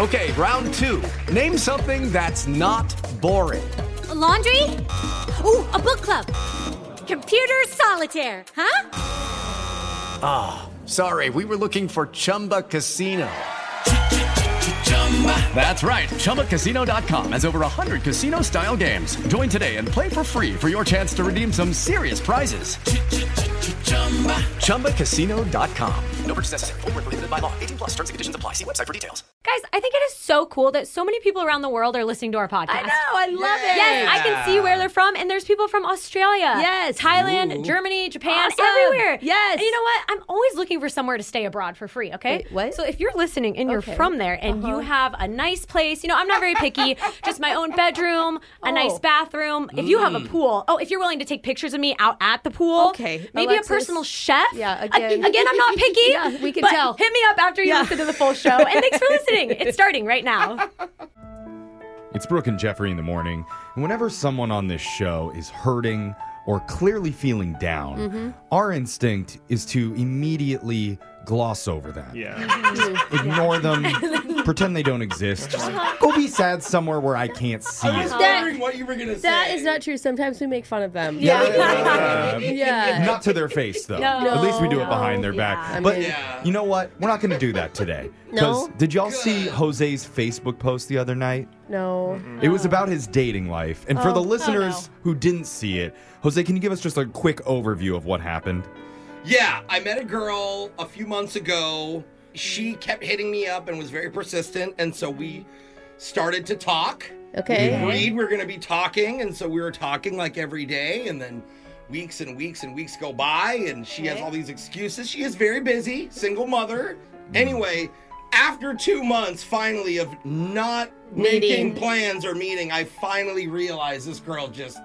Okay, round two. Name something that's not boring. A laundry? Ooh, a book club. Computer solitaire, huh? Ah, sorry, we were looking for Chumba Casino. That's right, ChumbaCasino.com has over 100 casino style games. Join today and play for free for your chance to redeem some serious prizes. ChumbaCasino.com. No purchase necessary, forward prohibited by law, 18 plus terms and conditions apply. See website for details. Guys, I think it is so cool that so many people around the world are listening to our podcast. I know, I love it. Yes, I can see where they're from, and there's people from Australia, Yes. Thailand, Germany, Japan, Awesome. everywhere. Yes. And you know what? I'm always looking for somewhere to stay abroad for free. Okay, Wait, what? So if you're listening and you're Okay. Uh-huh. from there and you have a nice place, you know, I'm not very picky. just my own bedroom, Oh. a nice bathroom. If you have a pool, oh, if you're willing to take pictures of me out at the pool, Okay, maybe Alexis. a personal chef. Yeah, A- again. again, I'm not picky. Yeah, we can but tell. Hit me up after you listen to the full show. And thanks for listening. It's starting right now. It's Brooke and Jeffrey in the morning. And whenever someone on this show is hurting or clearly feeling down, Mm-hmm. our instinct is to immediately gloss over that. Mm-hmm. Yeah. Ignore them, pretend they don't exist. Just Uh-huh. go be sad somewhere where I can't see it. wondering what you were gonna That is not true. Sometimes we make fun of them. Yeah. Uh, Yeah. Not to their face, though. No. At least we do it No. behind their Yeah. I back. But mean- you know what? We're not going to do that today. No? 'Cause Did y'all see Jose's Facebook post the other night? No. It was about his dating life. And for Oh, the listeners who didn't see it, Jose, can you give us just a quick overview of what happened? Yeah, I met a girl a few months ago. She kept hitting me up and was very persistent, and so we started to talk. We Okay. agreed we were going to be talking, and so we were talking like every day, and then weeks and weeks and weeks go by, and she has all these excuses. She is very busy, single mother. Anyway, after two months, finally, of not Meeting. making plans or meeting, I finally realized this girl just.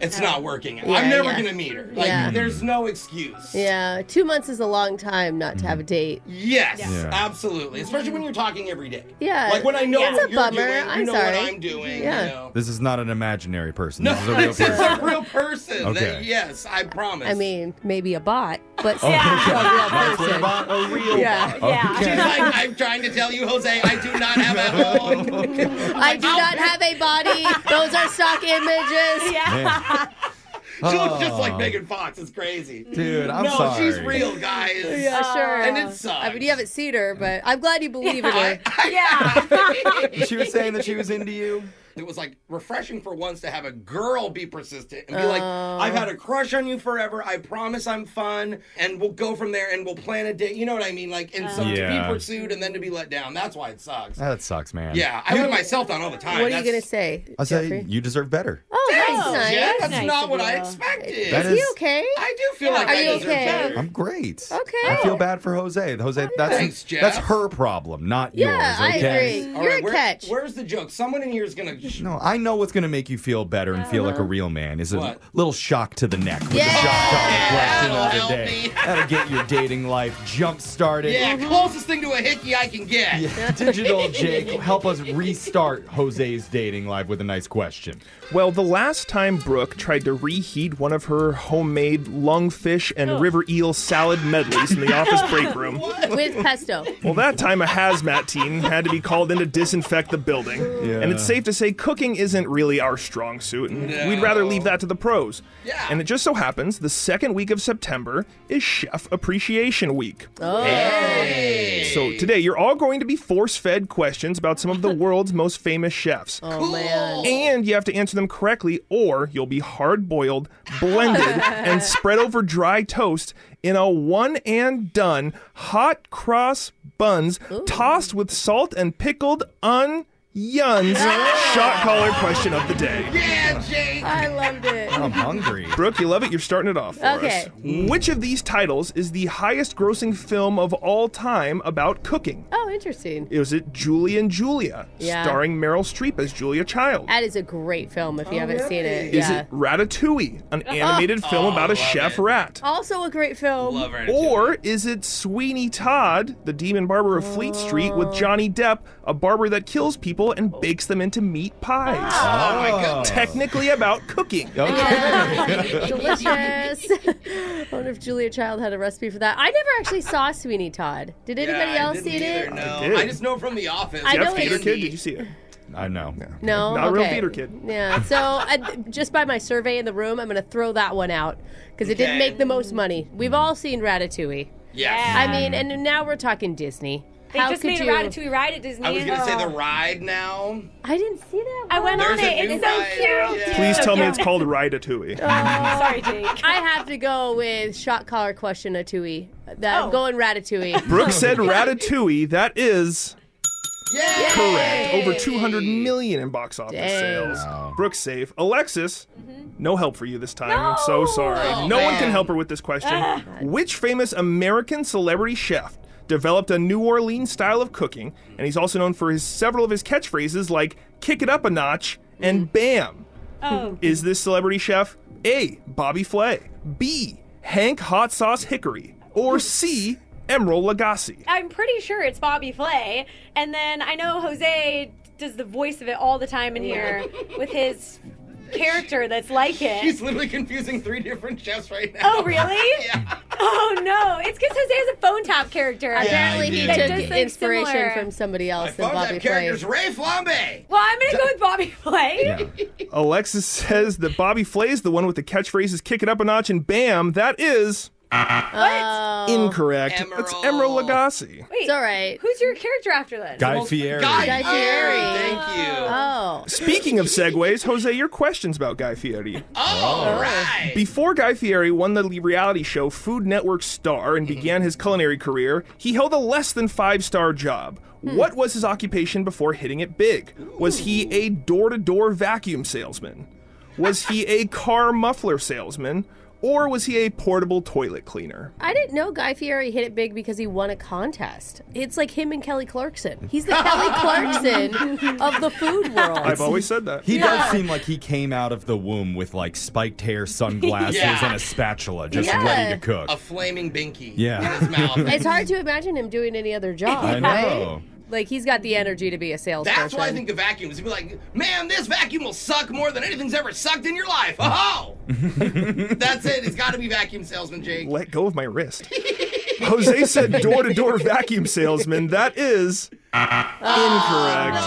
It's not working. Yeah, I'm never yeah. gonna meet her. Like, Yeah. there's no excuse. Yeah. Two months is a long time not to Mm-hmm. have a date. Yes, Yeah. absolutely. Especially when you're talking every day. Yeah. Like when I know It's what a you're bummer. doing, you I'm know sorry. what I'm doing. Yeah. You know. This is not an imaginary person. This is a No, real this is person. a real person. Okay. Oh, That- yes, Oh. I promise. I mean, maybe a bot, but still Yeah. a real person. A real Yeah. Yeah. She's like, I'm trying to tell you, Jose, I do not have a home. I do not have a body. Those are stock images. she looks just like Megan Fox. It's crazy. Oh. Dude, I'm no, sorry. she's real, guys. Yeah, sure. And it sucks. I mean, you haven't seen her, but I'm glad you believe in her. She was saying that she was into you. It was like refreshing for once to have a girl be persistent and be like, I've had a crush on you forever. I promise I'm fun. And we'll go from there and we'll plan a date. You know what I mean? Like, and so to Yeah. be pursued and then to be let down. That's why it sucks. That sucks, man. yeah, I let myself down all the time. What are you That's- going to say? I say Jeffrey? you deserve better. Oh, that's Thanks, nice. Jen. That's Nice not of what I you. expected. That Is he is- okay? I do feel like Are I you deserve okay? better. I'm great. Okay. I feel bad for Jose. Jose, that's Thanks, Jeff. that's her problem, not Yeah, yours. I Okay. agree. All You're right, a catch. Where's the joke? Someone in here is going to age. No, I know what's going to make you feel better and feel like a real man is a What? little shock to the neck with Yeah. the shock collar Yeah, flexing that'll all the help day. me. That'll get your dating life jump started. Yeah, closest thing to a hickey I can get. Yeah, Digital Jake, help us restart Jose's dating life with a nice question. Well, the last time Brooke tried to reheat one of her homemade lungfish and river eel salad medleys in the office break room, with pesto. well, that time a hazmat team had to be called in to disinfect the building. And it's safe to say cooking isn't really our strong suit, and we'd rather leave that to the pros. Yeah. And it just so happens the second week of September is Chef Appreciation Week. Oh. So today, you're all going to be force fed questions about some of the world's most famous chefs. Oh man. And you have to answer them correctly, or you'll be hard boiled, blended, and spread over dry toast in a one and done hot cross buns tossed with salt and pickled onions. Shot caller question of the day. Yeah, Jake. I loved it. I'm hungry. Brooke, you love it. You're starting it off for Okay. us. Which of these titles is the highest grossing film of all time about cooking? Oh, interesting. Is it Julie and Julia, Yeah. starring Meryl Streep as Julia Child? That is a great film Oh, if you haven't seen it. Is yeah. it Ratatouille, an animated film about a chef rat? also a great film. Oh, Love her. Or is it Sweeney Todd, the demon barber of Fleet Street, Oh. with Johnny Depp, a barber that kills people and bakes them into meat pies? Oh my god. Technically about cooking. Okay. Delicious. I wonder if Julia Child had a recipe for that. I never actually saw Sweeney Todd. Did anybody Yeah, I else didn't see either, it? No. I did. I just know from the office. I Jeff, know theater it's- kid, did you see it? I know. No, Not a real Okay. theater kid. Yeah. So I, just by my survey in the room, I'm going to throw that one out because it didn't Okay. make the most money. We've all seen Ratatouille. Yes. I mean, and now we're talking Disney. They How just could made you? a Ratatouille ride at Disney. um, I was gonna say the ride now. I didn't see that. I one. went There's on a it. new It's so ride. cute. Yeah. Please So tell me cute. it's called Ratatouille. Sorry, Jake. I have to go with shot collar question Atui. That I'm Oh. going Ratatouille. Brooke said Ratatouille. That is Yeah. correct. Over 200 million in box office Dang. sales. Brooke safe. Alexis, no help for you this time. I'm so No. sorry. no one man. can help her with this question. Which famous American celebrity chef developed a New Orleans style of cooking, and he's also known for his several of his catchphrases like "kick it up a notch" and "bam"? Oh. Is this celebrity chef A. Bobby Flay, B. Hank Hot Sauce Hickory, or C. Emeril Lagasse? I'm pretty sure it's Bobby Flay. And then I know Jose does the voice of it all the time Oh in here with his character that's like it. He's literally confusing three different chefs right now. Oh, really? Oh, no. It's because Jose has a phone tap character. Apparently, he Yeah, That took does look inspiration similar. from somebody else than Phone Bobby tap Flay. characters Ray Flambe. Well, I'm going to go with Bobby Flay. Alexis says that Bobby Flay is the one with the catchphrases "kick it up a notch" and "bam." That is Oh. incorrect. It's Emeril Emeril. Lagasse. Wait. It's all right. Who's your character after Oh, this? Guy Fieri. Guy, Guy Fieri. Fieri. Thank you. Oh, Speaking of segues, Jose, your questions about Guy Fieri. All right. Before Guy Fieri won the reality show Food Network Star and began his culinary career, he held a less than five star job. Hmm. What was his occupation before hitting it big? Was he a door to door vacuum salesman? Was he a car muffler salesman? Or was he a portable toilet cleaner? I didn't know Guy Fieri hit it big because he won a contest. It's like him and Kelly Clarkson. He's the Kelly Clarkson of the food world. I've always said that. He does seem like he came out of the womb with like spiked hair, sunglasses, Yeah. and a spatula, just Yeah. ready to cook. A flaming binky. Yeah. In his mouth. It's hard to imagine him doing any other job. I know. Right? Like he's got the energy to be a salesperson. That's why I think the vacuum is. He'd be like, man, this vacuum will suck more than anything's ever sucked in your life. Oh! That's it. It's got to be vacuum salesman, Jake. Let go of my wrist. Jose said door to door vacuum salesman. That is incorrect.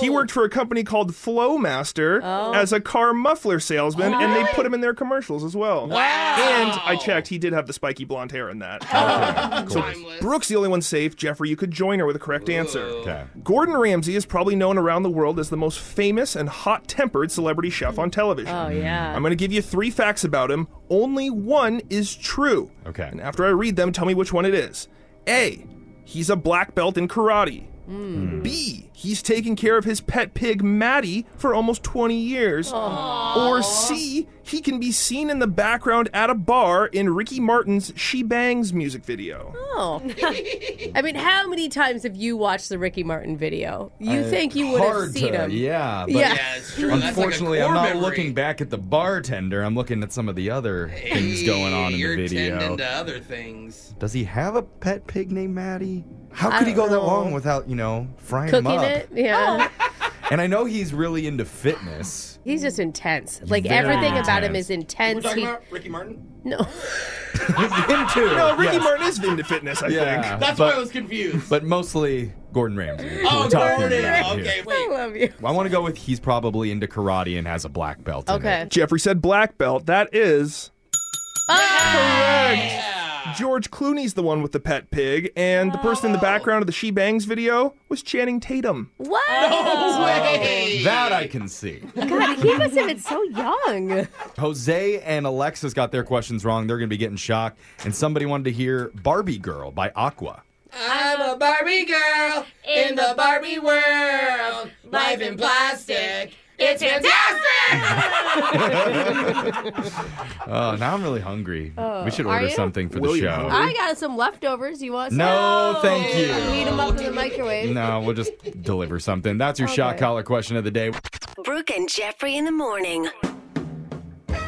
He worked for a company called Flowmaster as a car muffler salesman, and they put him in their commercials as well. And I checked, he did have the spiky blonde hair in that. Timeless. Brooke's the only one safe. Jeffrey, you could join her with a correct answer. Okay. Gordon Ramsay is probably known around the world as the most famous and hot tempered celebrity chef on television. Oh yeah. I'm going to give you three facts about him. Only one is true. Okay. And after I read them, tell me which one it is. A. He's a black belt in karate. Hmm. B, he's taken care of his pet pig Maddie for almost 20 years. Or C, he can be seen in the background at a bar in Ricky Martin's She Bangs music video. Oh. I mean, how many times have you watched the Ricky Martin video? You think you would have Uh, Hard seen to- him? Yeah. But Yeah. Yeah, it's true. Unfortunately, That's I'm like a core not memory. looking back at the bartender. I'm looking at some of the other things going on in You're the video. tending to other things. Does he have a pet pig named Maddie? How could he go that long without, you know, frying him Cooking up? it? Yeah. And I know he's really into fitness. He's just intense. Like Very everything about him intense. is intense. Talking He- about Ricky Martin. no. Him too. No, Ricky yes. Martin is into fitness, I Yeah. think. That's but, why I was confused. But mostly Gordon Ramsay. who oh, we're talking Gordon. about here. Okay, wait. I love you. I want to go with he's probably into karate and has a black belt. in Okay. it. Jeffrey said black belt. That is Ah! Yeah. George Clooney's the one with the pet pig, and the person in the background of the She Bangs video was Channing Tatum. What? Way. That I can see. God, he must have been so young. Jose and Alexis got their questions wrong. They're going to be getting shocked. And somebody wanted to hear Barbie Girl by Aqua. I'm a Barbie girl in the Barbie world. Life in plastic. It's fantastic. Oh, now I'm really hungry. we should are order you? something for William the show. Hungry? I got some leftovers. You want some? Oh. No, thank Heat you. them up in the microwave. No, we'll just deliver something. That's your shot collar question of the day. Brooke and Jeffrey in the morning.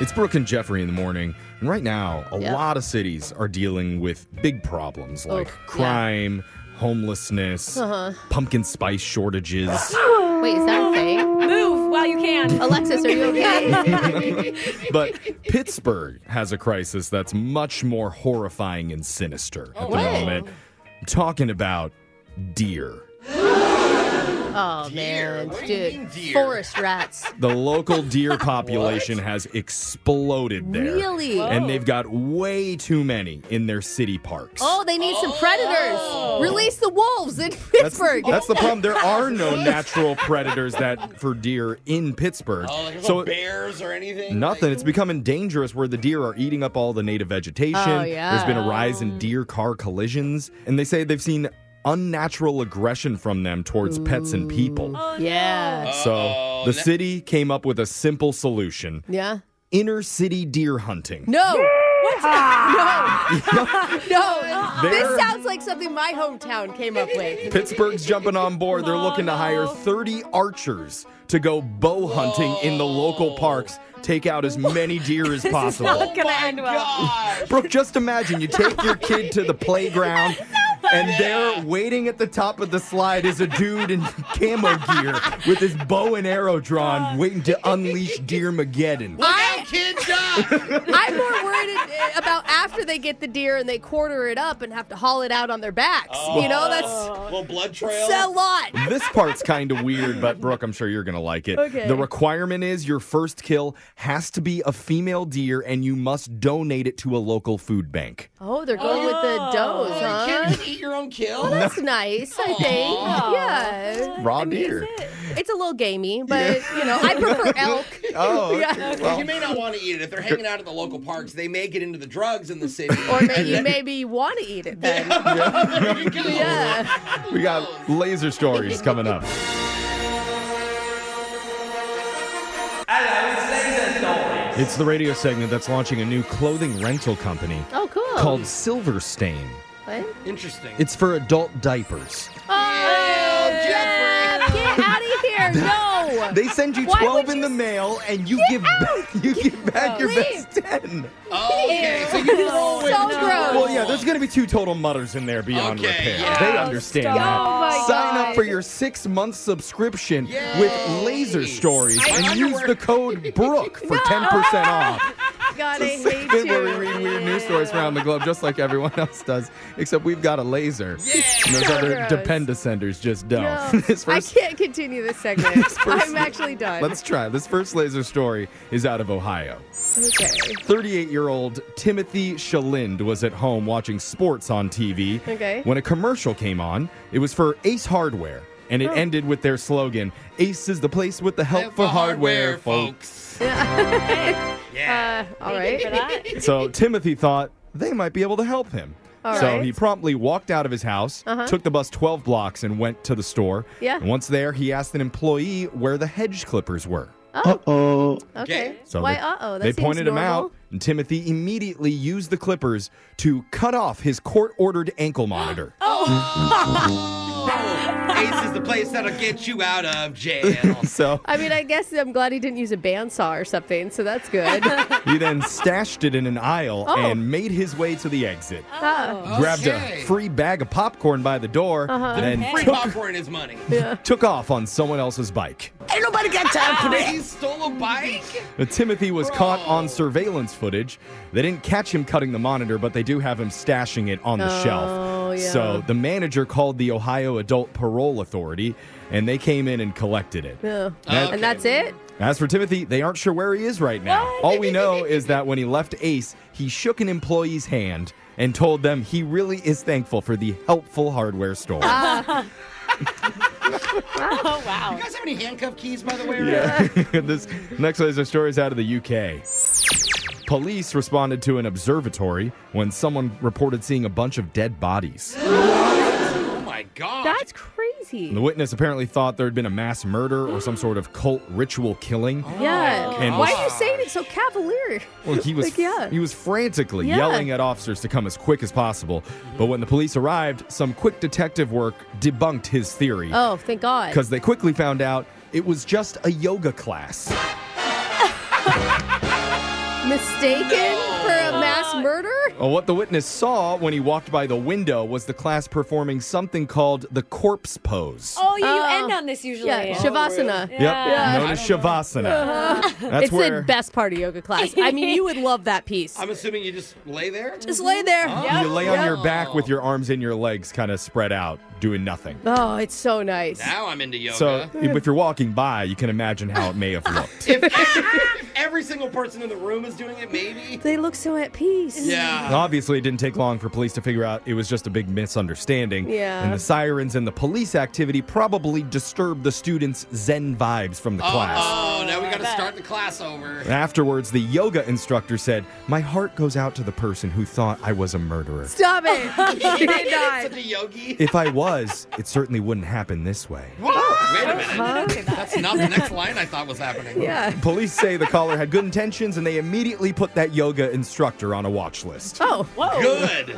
It's Brooke and Jeffrey in the morning. And right now, a Yeah. lot of cities are dealing with big problems like Oh, yeah. Uh-huh. crime, homelessness, pumpkin spice shortages. Wait, is that a thing? Move while you can. Alexis, are you okay? but Pittsburgh has a crisis that's much more horrifying and sinister at Oh, wow. the moment. I'm talking about deer. Oh, man. What do you mean, Dude, dear? forest rats. The local deer population has exploded there. Really? And they've got way too many in their city parks. Oh, they need some predators. Release the wolves in That's, Pittsburgh. that's the problem. There are no natural predators that for deer in Pittsburgh. Oh, like so so bears or anything? nothing. It's becoming dangerous where the deer are eating up all the native vegetation. Oh, yeah. There's been a rise in deer car collisions, and they say they've seen unnatural aggression from them towards pets and people. Oh, yeah. So the city came up with a simple solution: Yeah. inner city deer hunting. No. What? No. no. There- This sounds like something my hometown came up with. Pittsburgh's jumping on board. They're looking to hire 30 archers to go bow hunting in the local parks, take out as many deer as possible. Not Oh gonna end well. Gosh. Brooke, just imagine you take your kid to the playground. And there, waiting at the top of the slide, is a dude in camo gear with his bow and arrow drawn, waiting to unleash Deer Mageddon. Look out, kids up. I'm more worried uh, about after they get the deer and they quarter it up and have to haul it out on their backs. You know, that's, Oh. Little blood trail. that's a lot. This part's kind of weird, but Brooke, I'm sure you're going to like it. Okay. The requirement is your first kill has to be a female deer and you must donate it to a local food bank. Oh, they're going with the does, huh? Can't you eat your own kill? That's nice, I think. Yeah. Raw deer. It's a little gamey, but, you know, I prefer elk. Oh, okay. Yeah. you may not want to eat it. If they're hanging out at the local parks, they may get into the drugs in the city. Or maybe, maybe you want to eat it then. There you go. Yeah. we got laser stories coming up. It's the radio segment that's launching a new clothing rental company Oh, cool. called Silver Stain. What? Interesting. It's for adult diapers. Oh, Jeffrey. Get out of here. No. They send you Why would 12 in you the mail and you give back, you give back your Leave. best 10. okay. So you so gross. Well, yeah, there's going to be two total mutters in there beyond Okay, repair. yeah. They understand stop. that. Oh my Sign up God. for your six month subscription Yay. with Laser Stories I and wonder use where- the code Brooke for 10% off. God, I hate Then where we you. read weird news stories around the globe just like everyone else does, except we've got a laser. And those other gross. dependescenders just don't. No. This I first- can't continue this segment. person- I'm actually done. Let's try. This first laser story is out of Ohio. okay. 38 year old Timothy Shalind was at home watching sports on TV Okay. when a commercial came on. It was for Ace Hardware, and it Oh. ended with their slogan Ace is the place with the help for hardware, folks. Yeah. All right. For that. Uh, So Timothy thought they might be able to help him. All so right. he promptly walked out of his house, Uh-huh. took the bus 12 blocks, and went to the store. Yeah. And once there, he asked an employee where the hedge clippers were. Oh. oh. Okay. So Why? they- Uh oh. They pointed him out, and Timothy immediately used the clippers to cut off his court ordered ankle monitor. Oh. Ace is the place that'll get you out of jail. Oh. so I mean, I guess I'm glad he didn't use a bandsaw or something, so that's good. he then stashed it in an aisle Oh. and made his way to the exit. Oh. Grabbed a free bag of popcorn by the door Uh-huh. and Free took, popcorn is money. took off on someone else's bike. Ain't nobody got time for that. He stole a bike? But Timothy was caught on surveillance footage. They didn't catch him cutting the monitor, but they do have him stashing it on the Oh, shelf. yeah. So the manager called the Ohio Adult Parole Authority, and they came in and collected it. Yeah. That- And that's it? As for Timothy, they aren't sure where he is right now. All we know is that when he left Ace, he shook an employee's hand and told them he really is thankful for the helpful hardware store. oh, wow. You guys have any handcuff keys, by the way? around? Yeah. this next one is a story is out of the UK. Police responded to an observatory when someone reported seeing a bunch of dead bodies. Oh, my God. That's crazy. The witness apparently thought there had been a mass murder or some sort of cult ritual killing. Yeah. And Why was- are you saying it so cavalier? Well, he was Like, yeah. he was frantically Yeah. yelling at officers to come as quick as possible. But when the police arrived, some quick detective work debunked his theory Oh, thank God. because they quickly found out it was just a yoga class. Mistaken for a mass murder? Well, what the witness saw when he walked by the window was the class performing something called the corpse pose. Oh, you, you Oh. end on this usually. Yeah, Shavasana. Yep, known as Shavasana. That's Uh-huh. it's where the best part of yoga class. I mean, you would love that piece. I'm assuming you just lay there? Just lay there. you lay on your back with your arms and your legs kind of spread out, doing nothing. Oh, it's so nice. Now I'm into yoga. So if you're walking by, you can imagine how it may have looked. if, if every single person in the room is doing it, maybe. They look so at peace. Yeah. Obviously, it didn't take long for police to figure out it was just a big misunderstanding. Yeah. And the sirens and the police activity probably disturbed the students' zen vibes from the class. Oh, now we got to start the class over. Afterwards, the yoga instructor said, My heart goes out to the person who thought I was a murderer. Stop it. She did Such not. a yogi. If I was, it certainly wouldn't happen this way. Whoa, wait a minute. That's not the next line I thought was happening. Yeah. Police say the caller had good intentions and they immediately put that yoga instructor on a watch list. Oh, Uh, Good.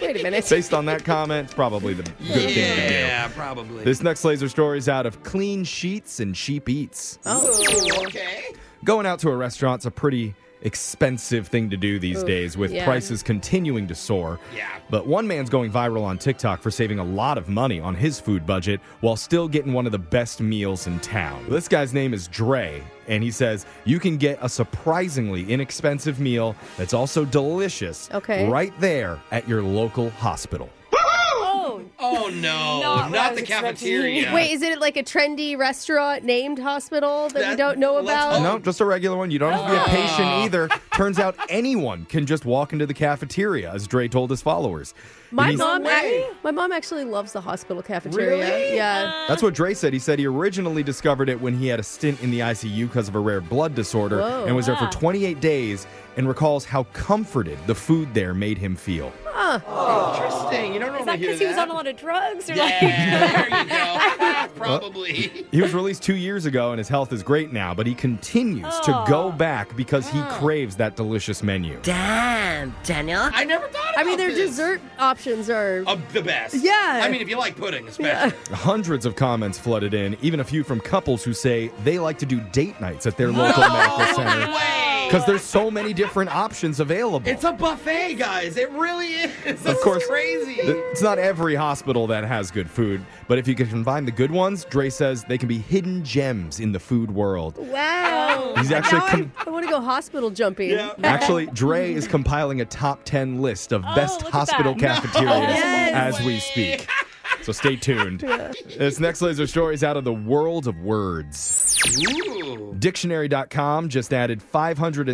wait a minute. Based on that comment, it's probably the good thing to do. yeah, probably. This next laser story is out of Clean Sheets and Sheep Eats. Oh. Ooh, okay. Going out to a restaurant's a pretty expensive thing to do these days with yeah. prices continuing to soar. Yeah. But one man's going viral on TikTok for saving a lot of money on his food budget while still getting one of the best meals in town. This guy's name is Dre, and he says you can get a surprisingly inexpensive meal that's also delicious Okay. right there at your local hospital. Oh no, Not what I not was the expecting. cafeteria. Wait, is it like a trendy restaurant named hospital that, we That- don't know let's about? hope- No, just a regular one. You don't have to be a patient Ah. Oh. either. Turns out anyone can just walk into the cafeteria, as Dre told his followers. And My he's- mom, No way. my mom actually loves the hospital cafeteria. Really? Yeah. That's what Dre said. He said he originally discovered it when he had a stint in the ICU because of a rare blood disorder Whoa. and was there for Ah. 28 days and recalls how comforted the food there made him feel. Interesting. You don't normally Is that hear because he was that. on a lot of drugs or yeah, there you go. Probably. He was released two years ago and his health is great now, but he continues to go back because he craves that delicious menu. Damn, Daniel. I never thought. About I mean, their this. dessert options are. Of the best. Yeah. I mean, if you like pudding, especially. Hundreds of comments flooded in, even a few from couples who say they like to do date nights at their local medical center Way. because there's so many different options available. It's a buffet, guys. It really is. This of course, is crazy. th- It's not every hospital that has good food, but if you can find the good ones, Dre says they can be hidden gems in the food world. wow. He's actually Now I- com- I, want to go hospital jumping. Yeah. Actually, Dre is compiling a top 10 list of best Oh, look at hospital that. No cafeterias Yes. as we speak. So stay tuned. This next laser story is out of the world of words. Ooh. Dictionary.com just added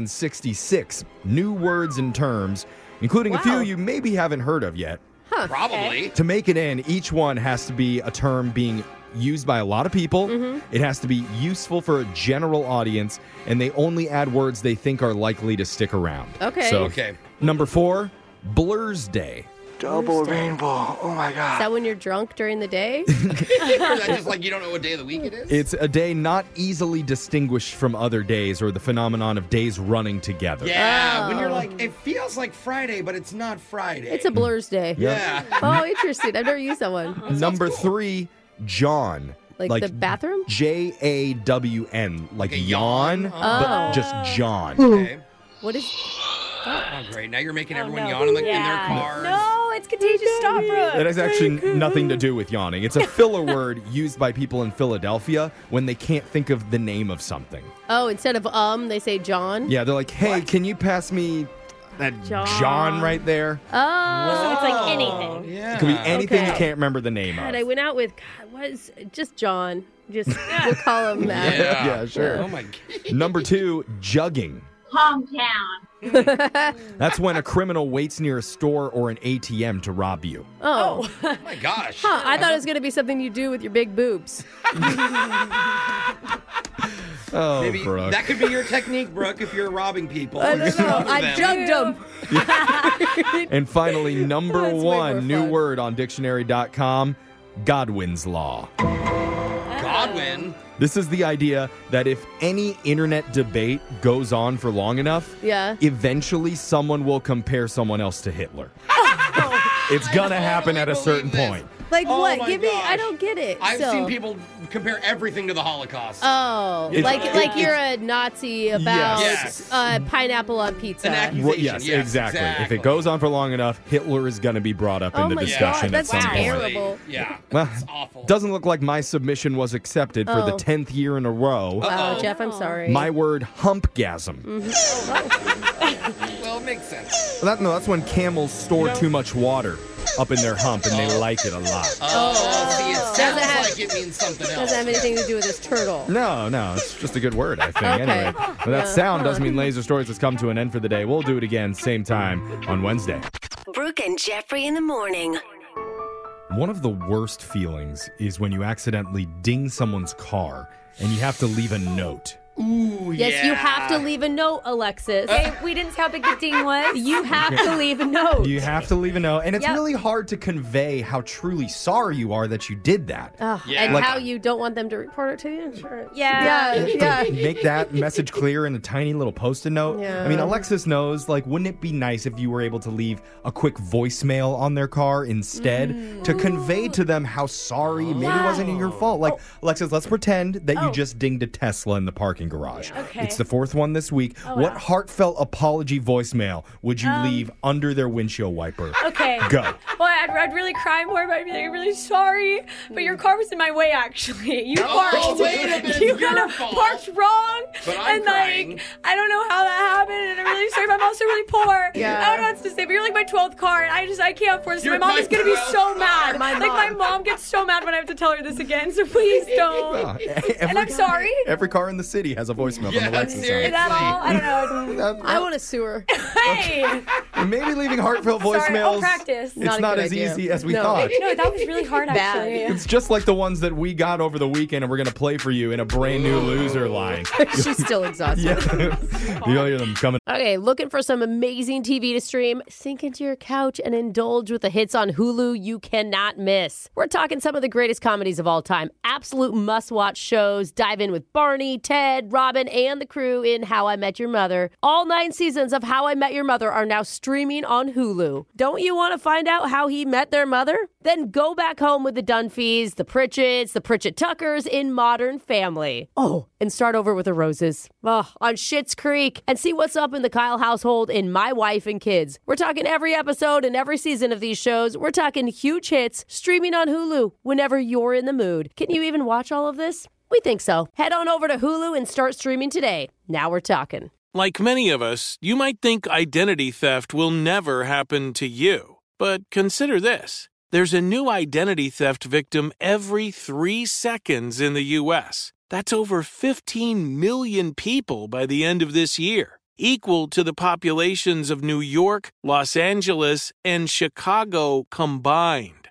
566 new words and terms, including a few Wow. you maybe haven't heard of yet. Probably. To make it in, each one has to be a term being used by a lot of people. Mm-hmm. It has to be useful for a general audience, and they only add words they think are likely to stick around. Okay. So, Okay. Number four, Blur's Day. Double rainbow. Oh my Is that when you're drunk during the day? that just like you don't know what day of the week it is? It's a day not easily distinguished from other days or the phenomenon of days running together. Yeah, when you're like, Oh. it feels like Friday, but it's not Friday. It's a blur's day. Yeah. oh, interesting. I've never used that one. Number three, John. Like the bathroom? J A W N. Like yawn, Oh. but just John. Okay. What is? Oh, great. Now you're making everyone yawn in, the, in their car. No, it's contagious. Stop, Brooke. It has actually nothing to do with yawning. It's a filler word used by people in Philadelphia when they can't think of the name of something. Oh, instead of um, they say John. Yeah, they're like, hey, can you pass me that John, John. right there? Oh, So it's like anything. It could be anything you Okay. can't remember the name God, of. I went out with God. What is just John? Just we'll call him that. Yeah, sure. Oh my god. Number two, jugging. Hometown. That's when a criminal waits near a store or an ATM to rob you. Oh, Oh my gosh. Huh, I thought it was gonna be something you do with your big boobs. Oh, Maybe Brooke. that could be your technique, Brooke, if you're robbing people. I don't know. Rob I them. jugged them. and finally, number That's way more one, new fun. word on dictionary.com, Godwin's Law. Godwin. This is the idea that if any internet debate goes on for long enough, Yeah. eventually someone will compare someone else to Hitler. it's going to happen at a totally certain believe this. point. Like Oh what? my Give me. I gosh. don't get it. I've so. seen people compare everything to the Holocaust. Oh, It's- like it- like you're a Nazi about Yes. uh, pineapple on pizza. An accusation. Well, yes, Yes, exactly. If exactly. it goes on for long enough, Hitler is going to be brought up Oh in the my discussion God, that's at some terrible. point. Yeah. Well, it's awful. doesn't look like my submission was accepted for the Oh. 10th year in a row. Wow, Uh-oh. Jeff, I'm sorry. My word, humpgasm. Mm-hmm. well, it makes sense. That, no, that's when camels store too much water up in their hump and they like it a lot. Oh, see, it sounds Doesn't have- like it means something else. doesn't have anything to do with this turtle. No, no, it's just a good word, I think. Okay. Anyway, but that sound does mean Laser Stories has come to an end for the day. We'll do it again, same time on Wednesday. Brooke and Jeffrey in the morning. One of the worst feelings is when you accidentally ding someone's car and you have to leave a note. Yes, you have to leave a note, Alexis. Okay, we didn't see how big the ding was. You have to leave a note. You have to leave a note, and it's Yep. really hard to convey how truly sorry you are that you did that. Ugh, Yeah. And Like- how you don't want them to report it to the insurance. Yeah. Yeah. To make that message clear in a tiny little post-it note. I mean, Alexis knows. Like, wouldn't it be nice if you were able to leave a quick voicemail on their car instead Mm-hmm. to convey to them how sorry maybe it wasn't your fault? Oh. Like, Alexis, let's pretend that you just dinged a Tesla in the parking garage. Okay. Oh, It's the fourth one this week. what heartfelt apology voicemail would you leave under their windshield wiper? Um, Okay. Go. Well, I'd, I'd really cry more, but I'd be like, I'm really sorry. But your car was in my way, actually. You parked. wait a minute, You your kind of fault. parked wrong. But I'm and, crying. like, I don't know how that happened. And I'm really sorry, but I'm also really poor. Yeah. I don't know what to say, but you're like my 12th car, and I just, I can't afford this. You're My mom my is going to be 12th so car. mad. My Like, my mom. mom gets so mad when I have to tell her this again, so please don't. and I'm sorry. Ah, e-, Every car in the city has a voicemail Yeah, from Alexis. on it. seriously. Is that all? I don't know. I want to sue her. hey! Maybe leaving heartfelt Sorry, voicemails. I'll practice. It's Not not, a good as idea. easy as we No. thought. No, that was really hard, Bad. actually. It's just like the ones that we got over the weekend, and we're gonna play for you in a brand new loser line. She's still exhausted. Yeah, you'll hear them coming. Okay, looking for some amazing TV to stream? Sink into your couch and indulge with the hits on Hulu you cannot miss. We're talking some of the greatest comedies of all time, absolute must watch shows. Dive in with Barney, Ted, Robin, and the crew in How I Met Your Mother. All nine seasons of How I Met Your Mother are now streaming on Hulu. Don't you want to find out how he met their mother? Then go back home with the Dunphys, the Pritchett's, the Pritchett Tuckers in Modern Family. Oh, and start over with the Roses. Ugh, on Schitt's Creek and see what's up in the Kyle household in My Wife and Kids. We're talking every episode and every season of these shows. We're talking huge hits streaming on Hulu whenever you're in the mood. Can you even watch all of this? We think so. Head on over to Hulu and start streaming today. Now we're talking. Like many of us, you might think identity theft will never happen to you. But consider this there's a new identity theft victim every three seconds in the U.S. That's over 15 million people by the end of this year, equal to the populations of New York, Los Angeles, and Chicago combined.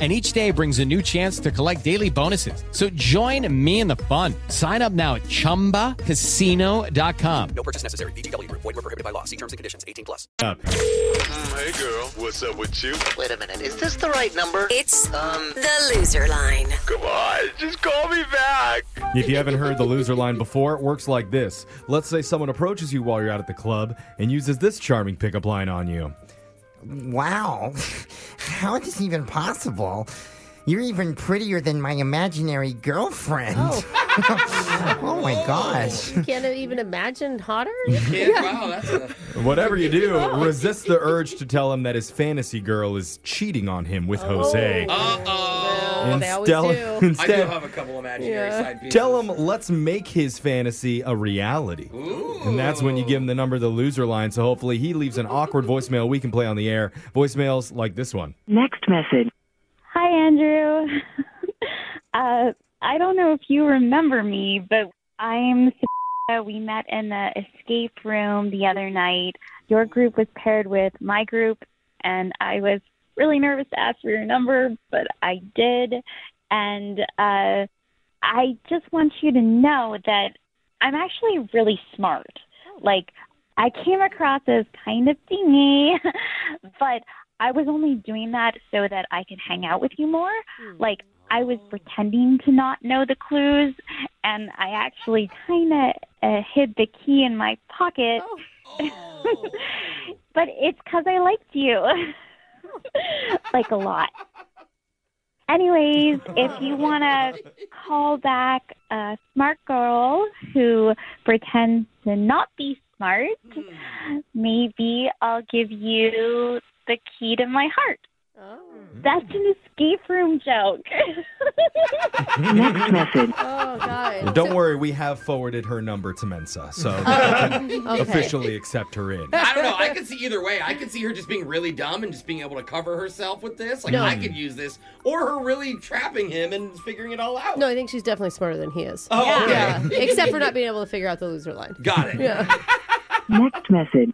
and each day brings a new chance to collect daily bonuses. So join me in the fun. Sign up now at ChumbaCasino.com. No purchase necessary. VGW Group. Void were prohibited by law. See terms and conditions. 18 plus. Up. Hey girl, what's up with you? Wait a minute. Is this the right number? It's um the loser line. Come on, just call me back. If you haven't heard the loser line before, it works like this. Let's say someone approaches you while you're out at the club and uses this charming pickup line on you. Wow. How is this even possible? You're even prettier than my imaginary girlfriend. Oh, my gosh. You can't even imagine hotter? Wow, that's a, Whatever you do, resist the urge to tell him that his fantasy girl is cheating on him with Jose. Oh. Uh-oh. And they always Stella- do. I instead- do have a couple imaginary Yeah. side pieces. Tell him, let's make his fantasy a reality. And that's when you give him the number, the loser line. So hopefully he leaves an awkward voicemail we can play on the air. Voicemails like this one. Next message. Hi, Andrew. uh, I don't know if you remember me, but I'm. Sabrina. We met in the escape room the other night. Your group was paired with my group, and I was really nervous to ask for your number, but I did. And uh, I just want you to know that I'm actually really smart. Like, I came across as kind of dingy, but I was only doing that so that I could hang out with you more. Like, I was pretending to not know the clues, and I actually kind of uh, hid the key in my pocket. but it's because I liked you, like, a lot. Anyways, if you want to call back a smart girl who pretends to not be smart, Hmm. maybe I'll give you the key to my heart. Oh. That's an escape room joke. Next message. Oh, God. Don't worry, we have forwarded her number to Mensa, so we can okay. officially accept her in. I don't know. I could see either way. I could see her just being really dumb and just being able to cover herself with this. Like No. I could use this, or her really trapping him and figuring it all out. No, I think she's definitely smarter than he is. Oh, okay. yeah. Except for not being able to figure out the loser line. Got it. Yeah. Next message.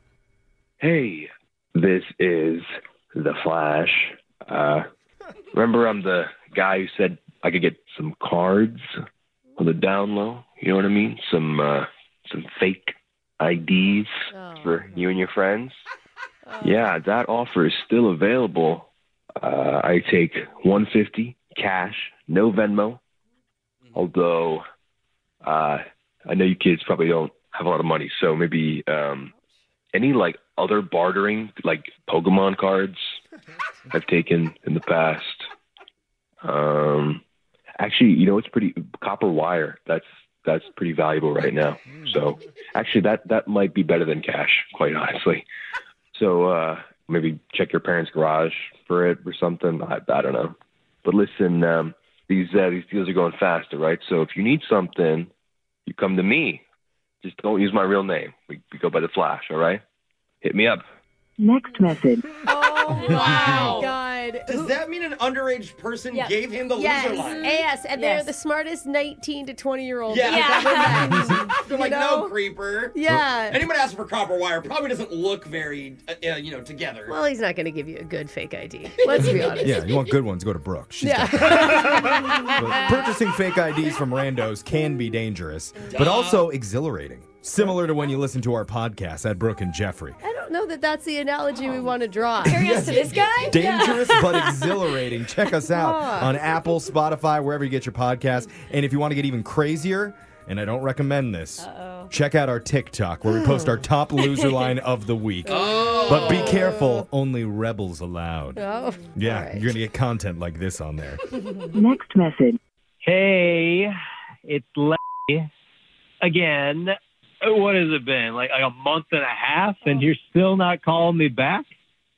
Hey, this is The Flash. Uh, remember, I'm the guy who said I could get some cards on the down low? You know what I mean? Some uh, some fake IDs Oh. for you and your friends? Yeah, that offer is still available. Uh, I take 150 cash, no Venmo. Mm-hmm. Although uh, I know you kids probably don't have a lot of money, so maybe um, any like other bartering, like Pokemon cards, I've taken in the past. Um, actually, you know, it's pretty copper wire. That's that's pretty valuable right now. So, actually, that that might be better than cash, quite honestly. So uh, maybe check your parents' garage for it or something. I, I don't know. But listen, um, these uh, these deals are going faster, right? So if you need something, you come to me. Just don't use my real name. We, we go by the Flash, all right? Hit me up. Next message. Wow. God. Does that mean an underage person Yeah. gave him the yes. loser line? Yes, and Yes. they're the smartest 19 to 20 year olds. Yeah. I've ever met. They're like, You know? no, creeper. Yeah. Anyone asking for copper wire probably doesn't look very, uh, uh, you know, together. Well, he's not going to give you a good fake ID. Let's be honest. Yeah, you want good ones, go to Brooke. She's Yeah. But purchasing fake IDs from randos can be dangerous, but also exhilarating. Similar to when you listen to our podcast at Brooke and Jeffrey. I don't know that that's the analogy we want to draw. Carry us to this guy? Dangerous but exhilarating. Check us out Fuck. on Apple, Spotify, wherever you get your podcast. And if you want to get even crazier, and I don't recommend this, check out our TikTok where we post our top loser line of the week. Oh. But be careful, only rebels allowed. Oh. Yeah, you're going to get content like this on there. Next message. Hey, it's Lenny again. Uh, What has it been? Like, like a month and a half, and you're still not calling me back?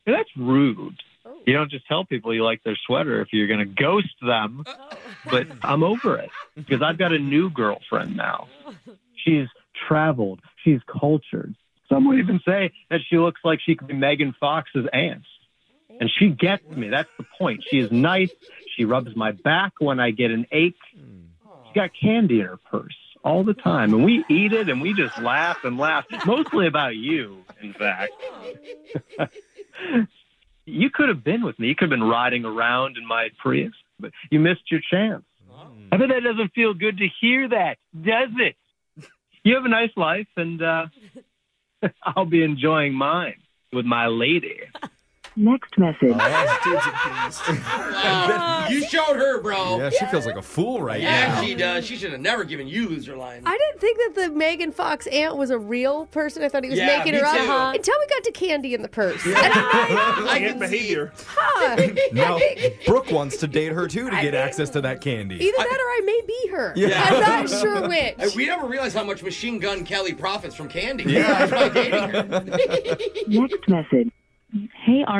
Hey, That's rude. You don't just tell people you like their sweater if you're going to ghost them. But I'm over it because I've got a new girlfriend now. She's traveled, she's cultured. Some would even say that she looks like she could be Megan Fox's aunt. And she gets me. That's the point. She is nice. She rubs my back when I get an ache. She's got candy in her purse all the time. And we eat it and we just laugh and laugh, mostly about you, in fact. you could have been with me. You could have been riding around in my Prius, but you missed your chance. I bet that doesn't feel good to hear that, does it? You have a nice life, and uh, I'll be enjoying mine with my lady. Next Oh, message. you showed her, bro. Yeah, she feels like a fool right yeah, now. she does. She should have never given you loser line. I didn't think that the Megan Fox aunt was a real person. I thought he was Yeah, making me her up too. Uh-huh. until we got to candy in the purse. I can behavior. Huh. Now, Brooke wants to date her too to get access to that candy. Either that or I may be her. Yeah. I'm not sure which. And we never realized how much Machine Gun Kelly profits from candy. Yeah. By dating her. Next message. Hey, Ar.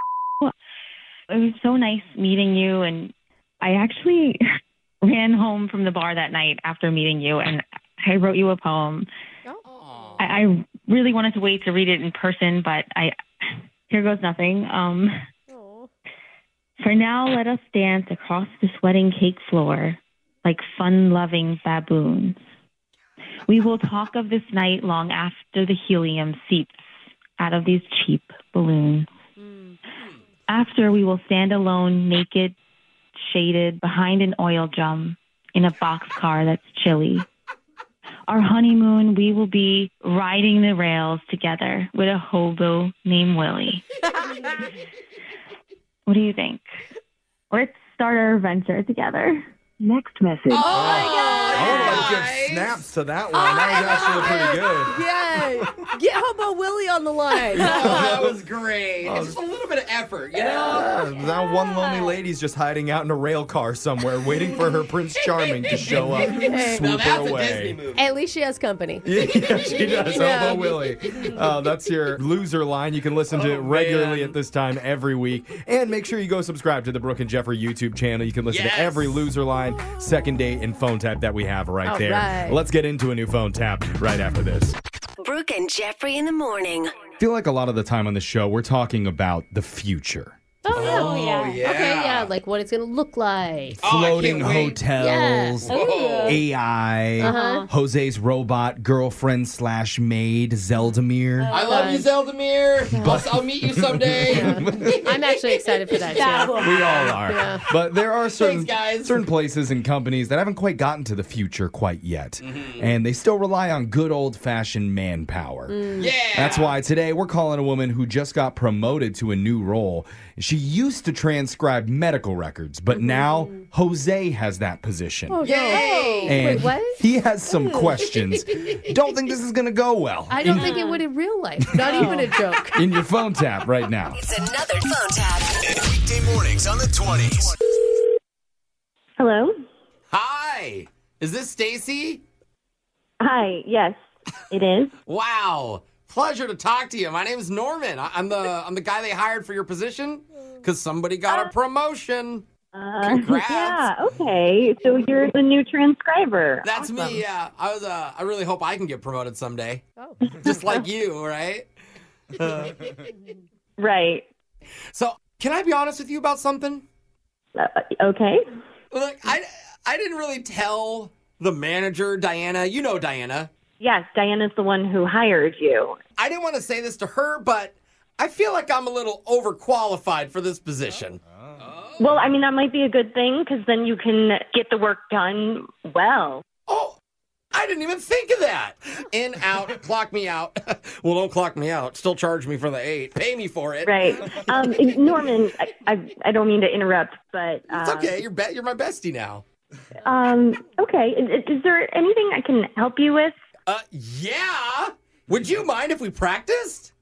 It was so nice meeting you, and I actually ran home from the bar that night after meeting you, and I wrote you a poem. I, I really wanted to wait to read it in person, but I here goes nothing. Um, for now, let us dance across the sweating cake floor like fun-loving baboons. We will talk of this night long after the helium seeps out of these cheap balloons. After we will stand alone, naked, shaded, behind an oil drum in a boxcar that's chilly. Our honeymoon, we will be riding the rails together with a hobo named Willie. What do you think? Let's start our adventure together. Next Oh Oh message. I would like to give snaps to that one. That was actually pretty good. Yay. Get Hobo Willie on the line. that was great. It's just a little bit of effort, you know? Yeah, Now one lonely lady's just hiding out in a rail car somewhere, waiting for her Prince Charming to show up, Hey. swoop her away. At least she has company. Yeah, she does. Yeah. Elbow Willie. Uh, that's your loser line. You can listen to it regularly at this time every week. And make sure you go subscribe to the Brooke and Jeffrey YouTube channel. You can listen to every loser line, second date, and phone tap that we have right All there. right. Let's get into a new phone tap right after this. Brooke and Jeffrey in the morning. I feel like a lot of the time on the show, we're talking about the future. Oh, yeah. yeah. Okay, yeah, like what it's going to look like. Floating Oh, wait. Oh. hotels, Yeah. Ooh. AI, Uh-huh. Jose's robot girlfriend slash maid, Zeldamir. I love you, Zeldamir. I'll, I'll meet you someday. I'm actually excited for that, Yeah. too. We all are. Yeah. But there are certain Thanks, guys. certain places and companies that haven't quite gotten to the future quite yet. Mm-hmm. And they still rely on good old fashioned manpower. Yeah. Mm. That's why today we're calling a woman who just got promoted to a new role. She used to transcribe medical records, but now Jose has that position. Oh, no. Yay! And Wait, what? He has some Ooh. questions. Don't think this is going to go well. I don't in, think it would in real life. Not even a joke. in your phone tap right now. It's another phone tap. Weekday mornings on the 20s. Hello? Hi. Is this Stacy? Hi, yes, it is. Wow. Pleasure to talk to you. My name is Norman. I- I'm the I'm the guy they hired for your position cuz somebody Uh, got a promotion. Uh, Yeah, okay. So you're the new transcriber. That's Awesome. me. Yeah. I was uh, I really hope I can get promoted someday. Oh. Just like you, right? Right. So, can I be honest with you about something? Uh, okay. Look, I I didn't really tell the manager, Diana. You know Diana. Yes, Diana's the one who hired you. I didn't want to say this to her, but I feel like I'm a little overqualified for this position. Well, I mean, that might be a good thing because then you can get the work done well. I didn't even think of that. In, out, clock Oh, me out. well, don't clock me out. Still charge me for the eight. Pay me for it. Right. Um, Norman, I, I, I don't mean to interrupt, but. It's um, okay. You're be- you're my bestie now. Um, okay. Is, is there anything I can help you with? Uh, yeah. Would you mind if we practiced?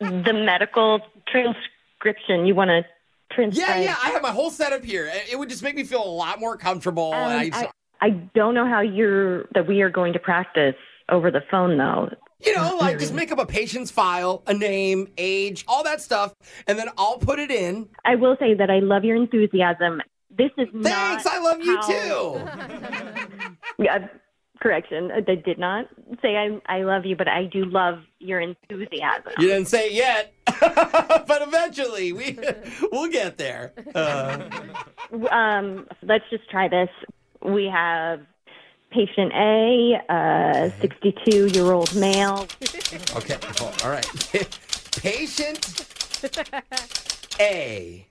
The medical transcription. You want to transcribe? Yeah, yeah. I have my whole setup here. It- It would just make me feel a lot more comfortable. Um, and I, I, I don't know how you're that we are going to practice over the phone though. you know, like just make up a patient's file, a name, age, all that stuff, and then I'll put it in. I will say that I love your enthusiasm. This is Thanks. I love you too. Yeah, correction. I did not say I I love you, but I do love your enthusiasm. You didn't say it yet, but eventually we we'll get there. Uh, Um, let's just try this. We have patient A, a 62 year old male. okay. well, all right. Patient A.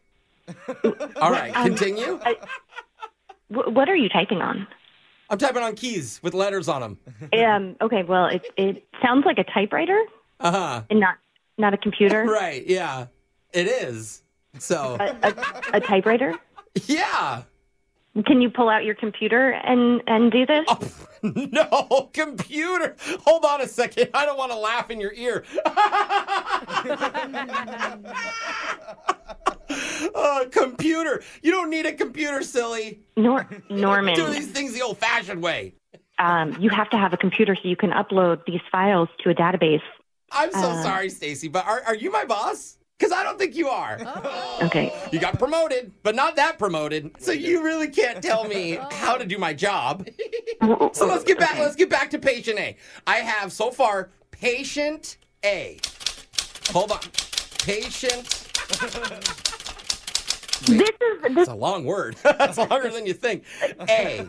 All right. Um, Continue. I- wh- what are you typing on? I'm typing on keys with letters on them. Um, okay, well, it it sounds like a typewriter Uh huh. and not not a computer. Right. Yeah. It is. So. A, a, a typewriter. Yeah. Can you pull out your computer and and do this? Oh. No, computer. Hold on a second. I don't want to laugh in your ear. uh, computer. You don't need a computer, silly. Nor- Norman. Do these things the old fashioned way. Um, you have to have a computer so you can upload these files to a database. I'm so Uh. sorry, Stacy, but are, are you my boss? Because I don't think you are. Okay. You got promoted, but not that promoted. So you really can't tell me how to do my job. So let's get back. Let's get back to patient A. I have so far patient A. Hold on, patient. This is this It's a long word. That's longer than you think. A.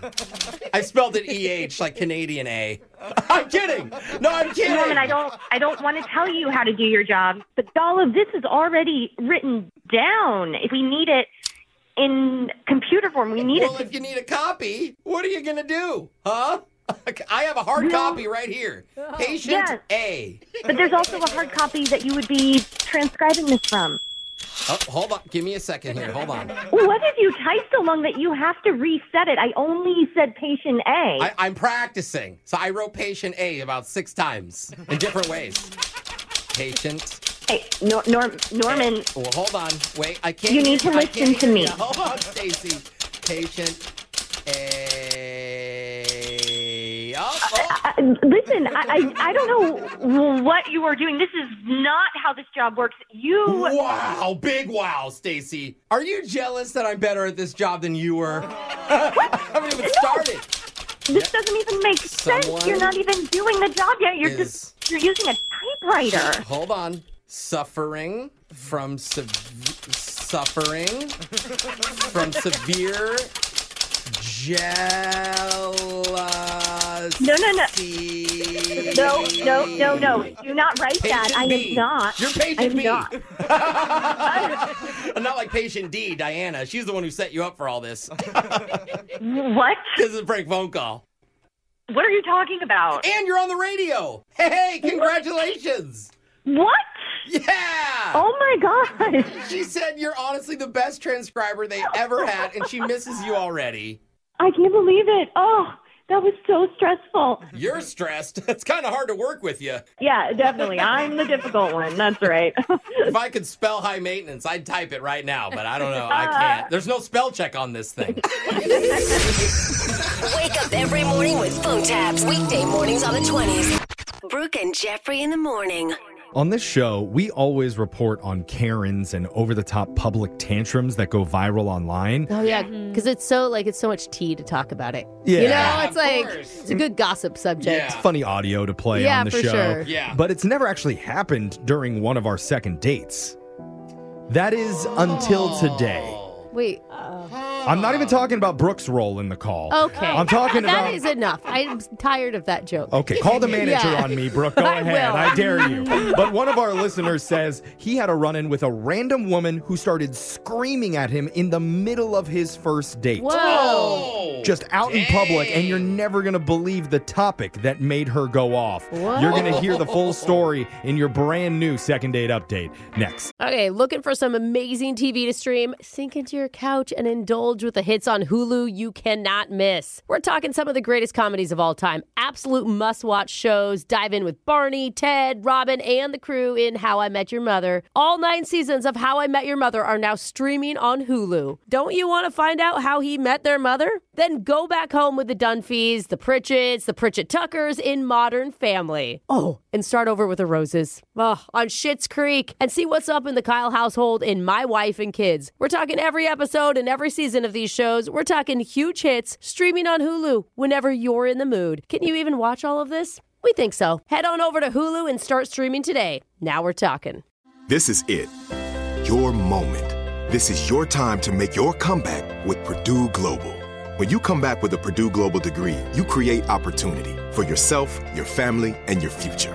I spelled it E H like Canadian A. I'm kidding. No, I'm kidding. Norman, I don't I don't want to tell you how to do your job, but all of this is already written down. If we need it in computer form, we need well, it. if you need a copy, what are you gonna do, huh? I have a hard copy right here. Patient Yes. A. But there's also a hard copy that you would be transcribing this from. Oh, hold on. Give me a second here. Hold on. What if you type so long that you have to reset it? I only said patient A. I, I'm practicing. So I wrote patient A about six times in different ways. Patient. Hey, Nor- Norm- Norman, Well, hold on. Wait, I can't. You need hear- to I can't listen to hear me. you. Hold on, Stacy. Patient A. Oh, oh. I- Uh, listen, I, I, I don't know what you are doing. This is not how this job works. You. Wow, big wow, Stacy. Are you jealous that I'm better at this job than you were? I haven't even started. This doesn't even make sense. Someone You're not even doing the job yet. You're is- just you're using a typewriter. Hold on. Suffering from sev- suffering from severe jealousy. No, no, no. No, no, no, no. Do not write that. I am B. not. You're patient I'm B. not. Not like patient D, Diana. She's the one who set you up for all this. What? This is a prank phone call. What are you talking about? And you're on the radio. Hey, congratulations. What? Yeah. Oh my gosh. She said you're honestly the best transcriber they ever had, and she misses you already. I can't believe it. Oh, that was so stressful. You're stressed. It's kind of hard to work with you. Yeah, definitely. I'm the difficult one. That's right. If I could spell high maintenance, I'd type it right now, but I don't know. I can't. There's no spell check on this thing. Wake up every morning with phone taps. Weekday mornings on the 20s. Brooke and Jeffrey in the morning. On this show, we always report on Karens and over the top public tantrums that go viral online. Oh yeah, because it's so like it's so much tea to talk about it. Yeah. you Yeah, know it's like it's a good gossip subject. It's funny audio to play Yeah, on the for show. sure. Yeah. But it's never actually happened during one of our second dates. That is until today. Wait, I'm not even talking about Brooke's role in the call. okay, I'm talking about that is enough. I'm tired of that joke. Okay, call the manager Yeah. on me, Brooke. Go I ahead. will. I dare you. But one of our listeners says he had a run in with a random woman who started screaming at him in the middle of his first date. Whoa. Oh, Just out in public, and you're never going to believe the topic that made her go off. You're going to hear the full story in your brand new second date update next. Okay, looking for some amazing TV to stream? Sink into your couch and indulge with the hits on Hulu you cannot miss. We're talking some of the greatest comedies of all time, absolute must watch shows. Dive in with Barney, Ted, Robin, and the crew in How I Met Your Mother. All nine seasons of How I Met Your Mother are now streaming on Hulu. Don't you want to find out how he met their mother? Then go back home with the Dunphys, the Pritchett's, the Pritchett Tuckers in Modern Family. Oh, and start over with the Roses. Ugh, on Schitt's Creek and see what's up in the Kyle household in My Wife and Kids. We're talking every episode and every season of these shows. We're talking huge hits streaming on Hulu whenever you're in the mood. Can you even watch all of this? We think so. Head on over to Hulu and start streaming today. Now we're talking. This is it. Your moment. This is your time to make your comeback with Purdue Global. When you come back with a Purdue Global degree, you create opportunity for yourself, your family, and your future.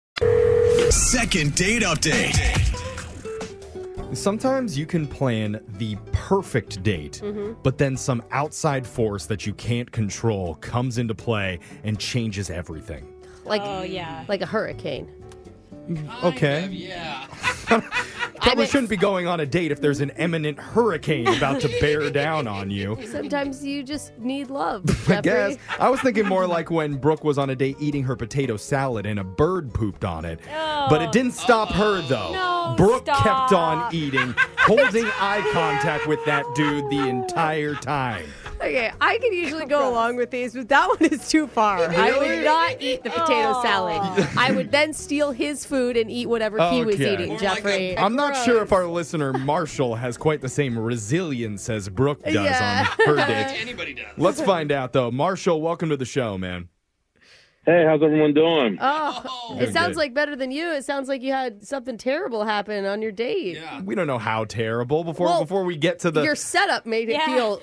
Second date update. Sometimes you can plan the perfect date, Mhm. but then some outside force that you can't control comes into play and changes everything. Like oh yeah, like a hurricane. okay. yeah. Probably shouldn't be going on a date if there's an imminent hurricane about to bear down on you. Sometimes you just need love. I guess. I was thinking more like when Brooke was on a date eating her potato salad and a bird pooped on it. But it didn't stop Oh. her, though. No, Brooke stop. kept on eating, holding eye contact with that dude the entire time. Okay, I can usually go along with these, but that one is too far. I would not eat the potato salad. I would then steal his food and eat whatever he was Okay. eating, Jeffrey. Oh I'm not sure if our listener Marshall has quite the same resilience as Brooke does Yeah. on her dates. Anybody does. Let's find out though. Marshall, welcome to the show, man. Hey, how's everyone doing? Oh, Very it sounds good. like better than you. It sounds like you had something terrible happen on your date. Yeah. We don't know how terrible before Well, before we get to the Your setup made it Yeah. feel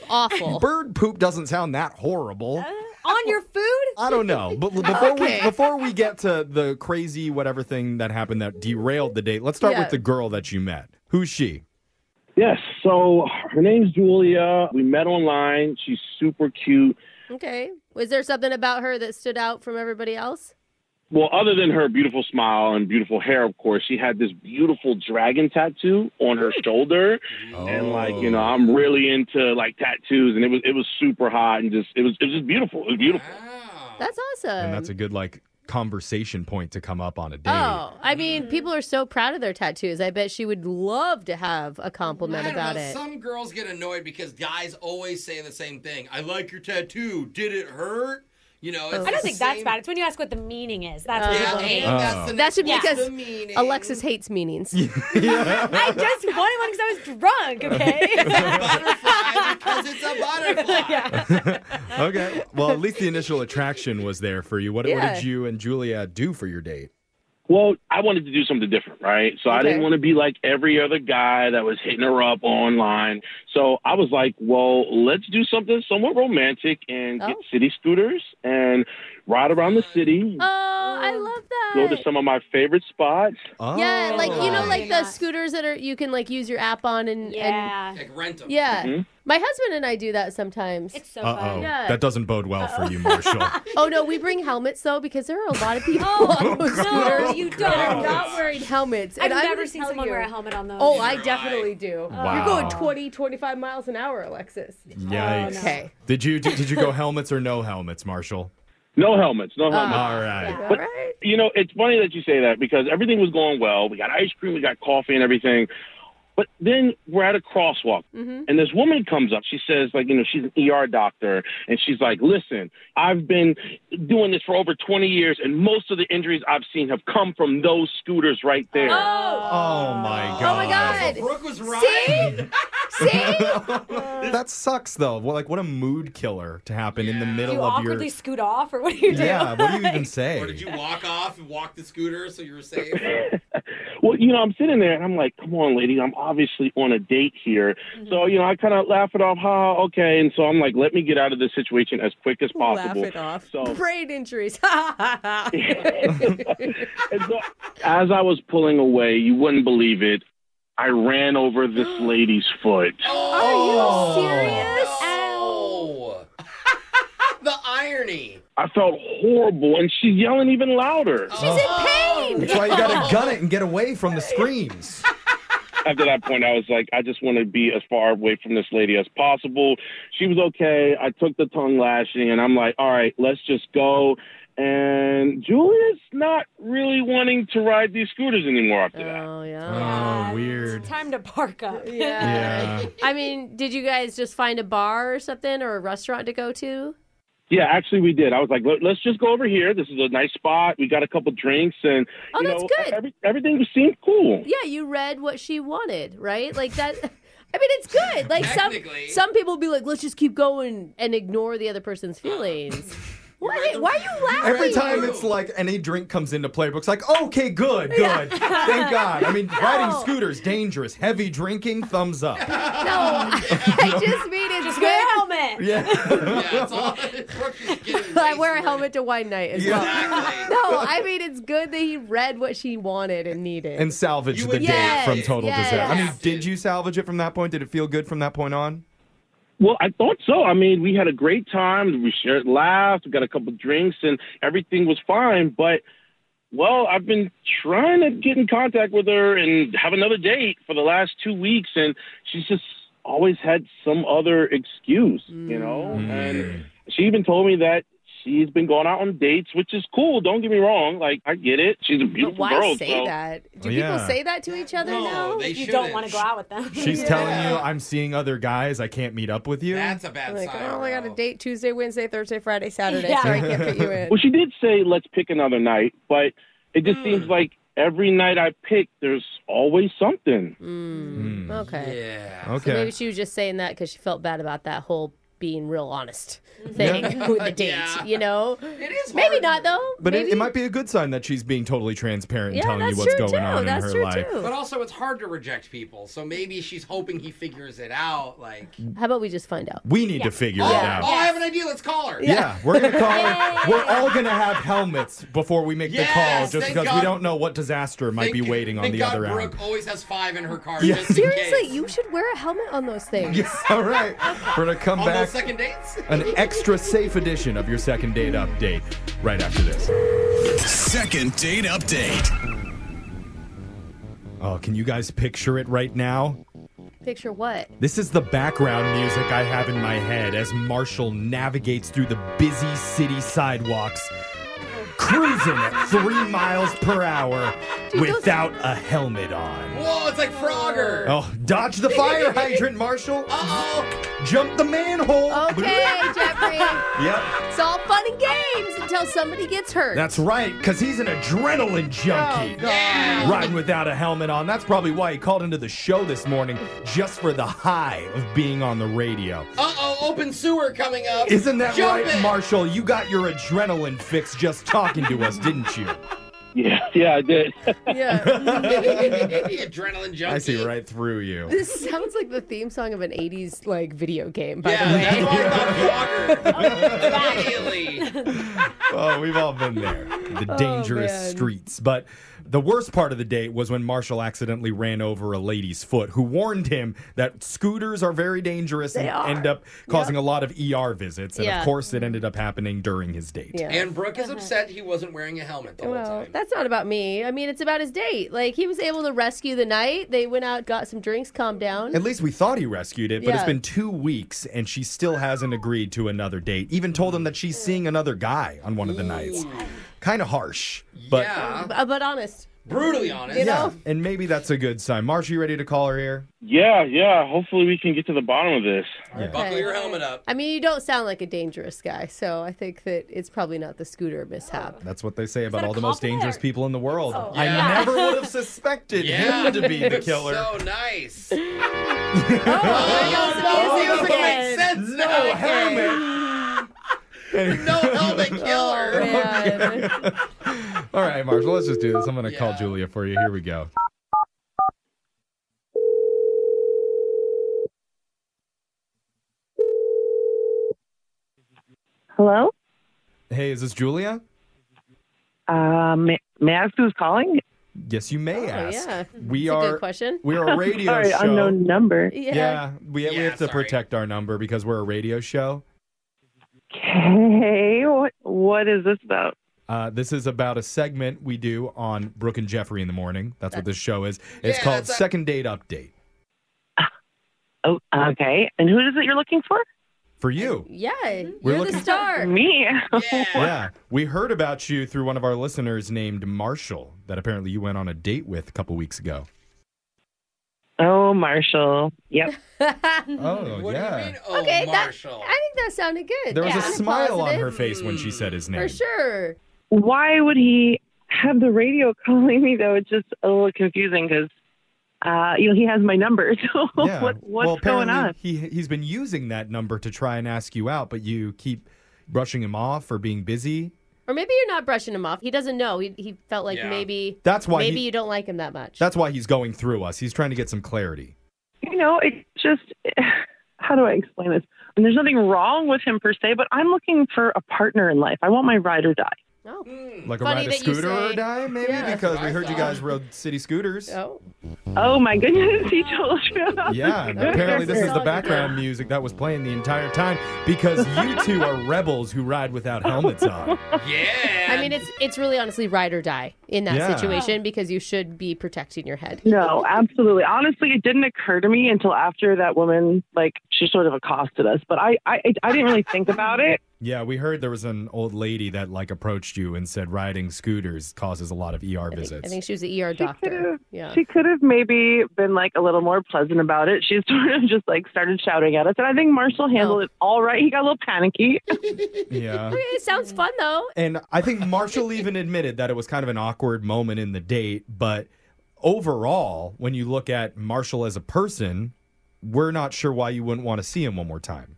awful. bird poop doesn't sound that horrible. On your food? I don't know. But l- before Okay. we before we get to the crazy whatever thing that happened that derailed the date, let's start Yeah. with the girl that you met. Who's she? Yes. So her name's Julia. We met online. She's super cute. Okay. Was there something about her that stood out from everybody else? Well, other than her beautiful smile and beautiful hair, of course, she had this beautiful dragon tattoo on her shoulder. And like, you know, I'm really into like tattoos and it was it was super hot and just it was it was just beautiful. It was beautiful. That's awesome. And that's a good like conversation point to come up on a date. Oh, I mean, people are so proud of their tattoos. I bet she would love to have a compliment I don't about know, it. Some girls get annoyed because guys always say the same thing. I like your tattoo. Did it hurt? You know, it's I don't the Uh, think that's same- bad. It's when you ask what the meaning is. That's Yeah, what people hate. and that's the That should be Yeah. because Alexis hates meanings. I just wanted one because I was drunk, okay? because it's a butterfly. okay. Well, at least the initial attraction was there for you. What, what Yeah. did you and Julia do for your date? Well, I wanted to do something different, right? So I Okay. didn't want to be like every other guy that was hitting her up online. So I was like, well, let's do something somewhat romantic and get Oh. city scooters and ride around the city, Oh, I love that. go to some of my favorite spots. Oh. Oh. Yeah, like you know, like the scooters that are you can like use your app on and yeah, like rent them. Yeah, Mhm. my husband and I do that sometimes. It's so Uh oh. That doesn't bode well for you, Marshall. Oh no, we bring helmets though because there are a lot of people on those scooters. Oh, you that are don't. not wearing helmets. I've and I'm never gonna seen tell someone you- wear a helmet on those. Oh, I definitely do. Wow. You're going 20, 25 miles an hour, Alexis. Oh, Yikes. Oh, Okay. Did you did, did you go helmets or no helmets, Marshall? No helmets, no uh, helmets. helmets. All right. But, you know, it's funny that you say that because everything was going well. We got ice cream, we got coffee and everything. But then we're at a crosswalk Mm-hmm. Mhm. and this woman comes up. She says, like, you know, she's an ER doctor and she's like, listen, I've been doing this for over 20 years and most of the injuries I've seen have come from those scooters right there. Oh my god. Oh my God. Brooke was right. See? See? that sucks though. Well, like what a mood killer to happen in the Do middle you of awkwardly your scoot off, or what do you do? Yeah, what do you even say? Or did you walk off and walk the scooter so you were safe? Well, you know, I'm sitting there and I'm like, come on, lady, I'm obviously on a date here. Mm-hmm. So, you know, I kind of laugh it off, ha, okay. And so I'm like, let me get out of this situation as quick as possible. Laugh it off. So, Brain injuries. as I was pulling away, you wouldn't believe it. I ran over this lady's foot. Oh. Are you serious? Ow. the irony. I felt horrible, and she's yelling even louder. Oh. pain. That's why you gotta gun it and get away from the screams. After that point, I was like, I just want to be as far away from this lady as possible. She was okay. I took the tongue lashing, and I'm like, all right, let's just go. And Julia's not really wanting to ride these scooters anymore after that. Oh, yeah. Oh, weird. Time to park up. Yeah. I mean, did you guys just find a bar or something or a restaurant to go to? Yeah, actually, we did. I was like, "Let- let's just go over here. This is a nice spot. We got a couple drinks, and Oh, you that's know, good. every- everything seemed cool. Yeah, you read what she wanted, right? Like that. I mean, it's good. Like some Technically. some people be like, let's just keep going and ignore the other person's feelings. Why, why are you laughing? Every time it's like any drink comes into play, Brooke's like, okay, good, good. Yeah. Thank God. I mean, riding No. scooters, dangerous. Heavy drinking, thumbs up. no, I just mean it's Just good. wear a helmet. I wear a helmet to wine night as well. No, I mean it's good that he read what she wanted and needed. and salvage the would- date from Yes, total yes. disaster. I mean, did you salvage it from that point? Did it feel good from that point on? Well, I thought so. I mean, we had a great time. We shared laughs. We got a couple drinks, and everything was fine. But well, I've been trying to get in contact with her and have another date for the last two weeks, and she's just always had some other excuse, Mm. you know. And she even told me that. She's been going out on dates, which is cool. Don't get me wrong; like I get it. She's a beautiful But why girl. say so- that? Do Well, people yeah. say that to each other now? they you don't want to go out with them. She's telling you, I'm seeing other guys. I can't meet up with you. That's a bad Like, oh, I got a date Tuesday, Wednesday, Thursday, Friday, Saturday. Yeah. Sorry, I can't fit you in. Well, she did say let's pick another night, but it just seems Mm. like every night I pick, there's always something. Okay. Yeah. Mm. So maybe she was just saying that because she felt bad about that whole being real honest thing with the date, you know? It is Maybe not, though. But it, Maybe it might be a good sign that she's being totally transparent and Yeah, telling you that's what's true, going too. on That's in her true, life. too. But also, it's hard to reject people. So maybe she's hoping he figures it out. Like, How about we just find out? We need to figure oh, it out. oh, I have an idea. Let's call her. Yeah, we're gonna call. We're all gonna have helmets before we make Yes, the call, just thank because we God. don't know what disaster might be waiting on Thank the God other Brooke end. always has five in her car. Yeah. Just in case. Seriously, you should wear a helmet on those things. Yes, all right. We're gonna come On back. those second dates? An extra safe edition of your second date update right after this. Second date update. Oh, can you guys picture it right now? Picture what? This is the background music I have in my head as Marshall navigates through the busy city sidewalks, cruising at three miles per hour without a helmet on. Whoa, it's like Frogger. Oh, dodge the fire hydrant, Marshall. Uh-oh. Jump the manhole. Okay, Jeffrey. Yep. It's all fun and games until somebody gets hurt. That's right, because he's an adrenaline junkie. Oh, God. Yeah. Riding without a helmet on. That's probably why he called into the show this morning, just for the high of being on the radio. Uh oh, open sewer coming up. Isn't that Jump right, in. Marshall? You got your adrenaline fix just talking to us, didn't you? Yeah, yeah, I did. the adrenaline junkie. I see right through you. This sounds like the theme song of an 80s like video game, by the way. oh, we've all been there. The Oh, dangerous man. streets. But the worst part of the date was when Marshall accidentally ran over a lady's foot who warned him that scooters are very dangerous They and are. end up causing a lot of ER visits. And Yeah. of course, it ended up happening during his date. And Brooke is upset he wasn't wearing a helmet the whole time. Well, that's not about me. I mean, it's about his date. Like, he was able to rescue the night. They went out, got some drinks, calmed down. At least we thought he rescued it, but it's Yeah. been two weeks and she still hasn't agreed to another date. Even told him that she's seeing another guy on one of the nights. Kind of harsh, but Uh, but honest. Brutally You Yeah, know? and maybe that's a good sign. Marsh, you ready to call her here? Yeah, yeah. Hopefully, we can get to the bottom of this. Buckle your helmet up. I mean, you don't sound like a dangerous guy, so I think that it's probably not the scooter mishap. That's what they say about all the most dangerous people in the world. Oh. I Yeah. never would have suspected him to be the killer. So nice. Oh, it makes sense. No helmet. No helmet killer. all right, Marshall, let's just do this. I'm going to call Julia for you. Here we go. Hello? Hey, is this Julia? Um, may, may I ask who's calling? Yes, you may Oh, ask. yeah. We That's a are good question. We are a radio Sorry, show. unknown number. Yeah, we, we have to protect our number because we're a radio show. Okay, what, what is this about? Uh, this is about a segment we do on Brooke and Jeffrey in the morning. That's what this show is. It's called Second Date Update Uh, Oh, okay. And who is it you're looking for? for you. Yeah, We're you're looking- the star. Me. yeah. We heard about you through one of our listeners named Marshall that apparently you went on a date with a couple weeks ago. Oh, Marshall. Yep. Oh, yeah. okay, That, I think that sounded good. There was Yeah. a smile on Positive. her face when she said his name. For sure. Why would he have the radio calling me, though? It's just a little confusing because, uh, you know, he has my number. So Yeah. what, what's well, going apparently on? He he's been using that number to try and ask you out, but you keep brushing him off or being busy. Or maybe you're not brushing him off. He doesn't know. He, he felt like Yeah. maybe That's why maybe he- you don't like him that much. That's why he's going through us. He's trying to get some clarity. you know, it's just how do I explain this? And there's nothing wrong with him per se, but I'm looking for a partner in life. I want my ride or die. Oh. Like a ride a scooter or die, maybe? Yeah, that's because what we I heard you thought. guys rode city scooters. Oh. Oh my goodness, he told you. about Mm. Yeah, the and scooter. apparently this is the background music that was playing the entire time because you two are rebels who ride without helmets on. I mean, it's it's really honestly ride or die in that Yeah. situation because you should be protecting your head. No, absolutely. Honestly, it didn't occur to me until after that woman, like, she sort of accosted us. But I, I, I didn't really think about it. Yeah, we heard there was an old lady that like approached you and said riding scooters causes a lot of ER visits. I think she was the ER doctor. Yeah. She could have maybe been like a little more pleasant about it. She sort of just like started shouting at us, and I think Marshall handled it all right. He got a little panicky. yeah. Okay, it sounds fun though. And I think Marshall even admitted that it was kind of an awkward moment in the date, but overall, when you look at Marshall as a person, we're not sure why you wouldn't want to see him one more time.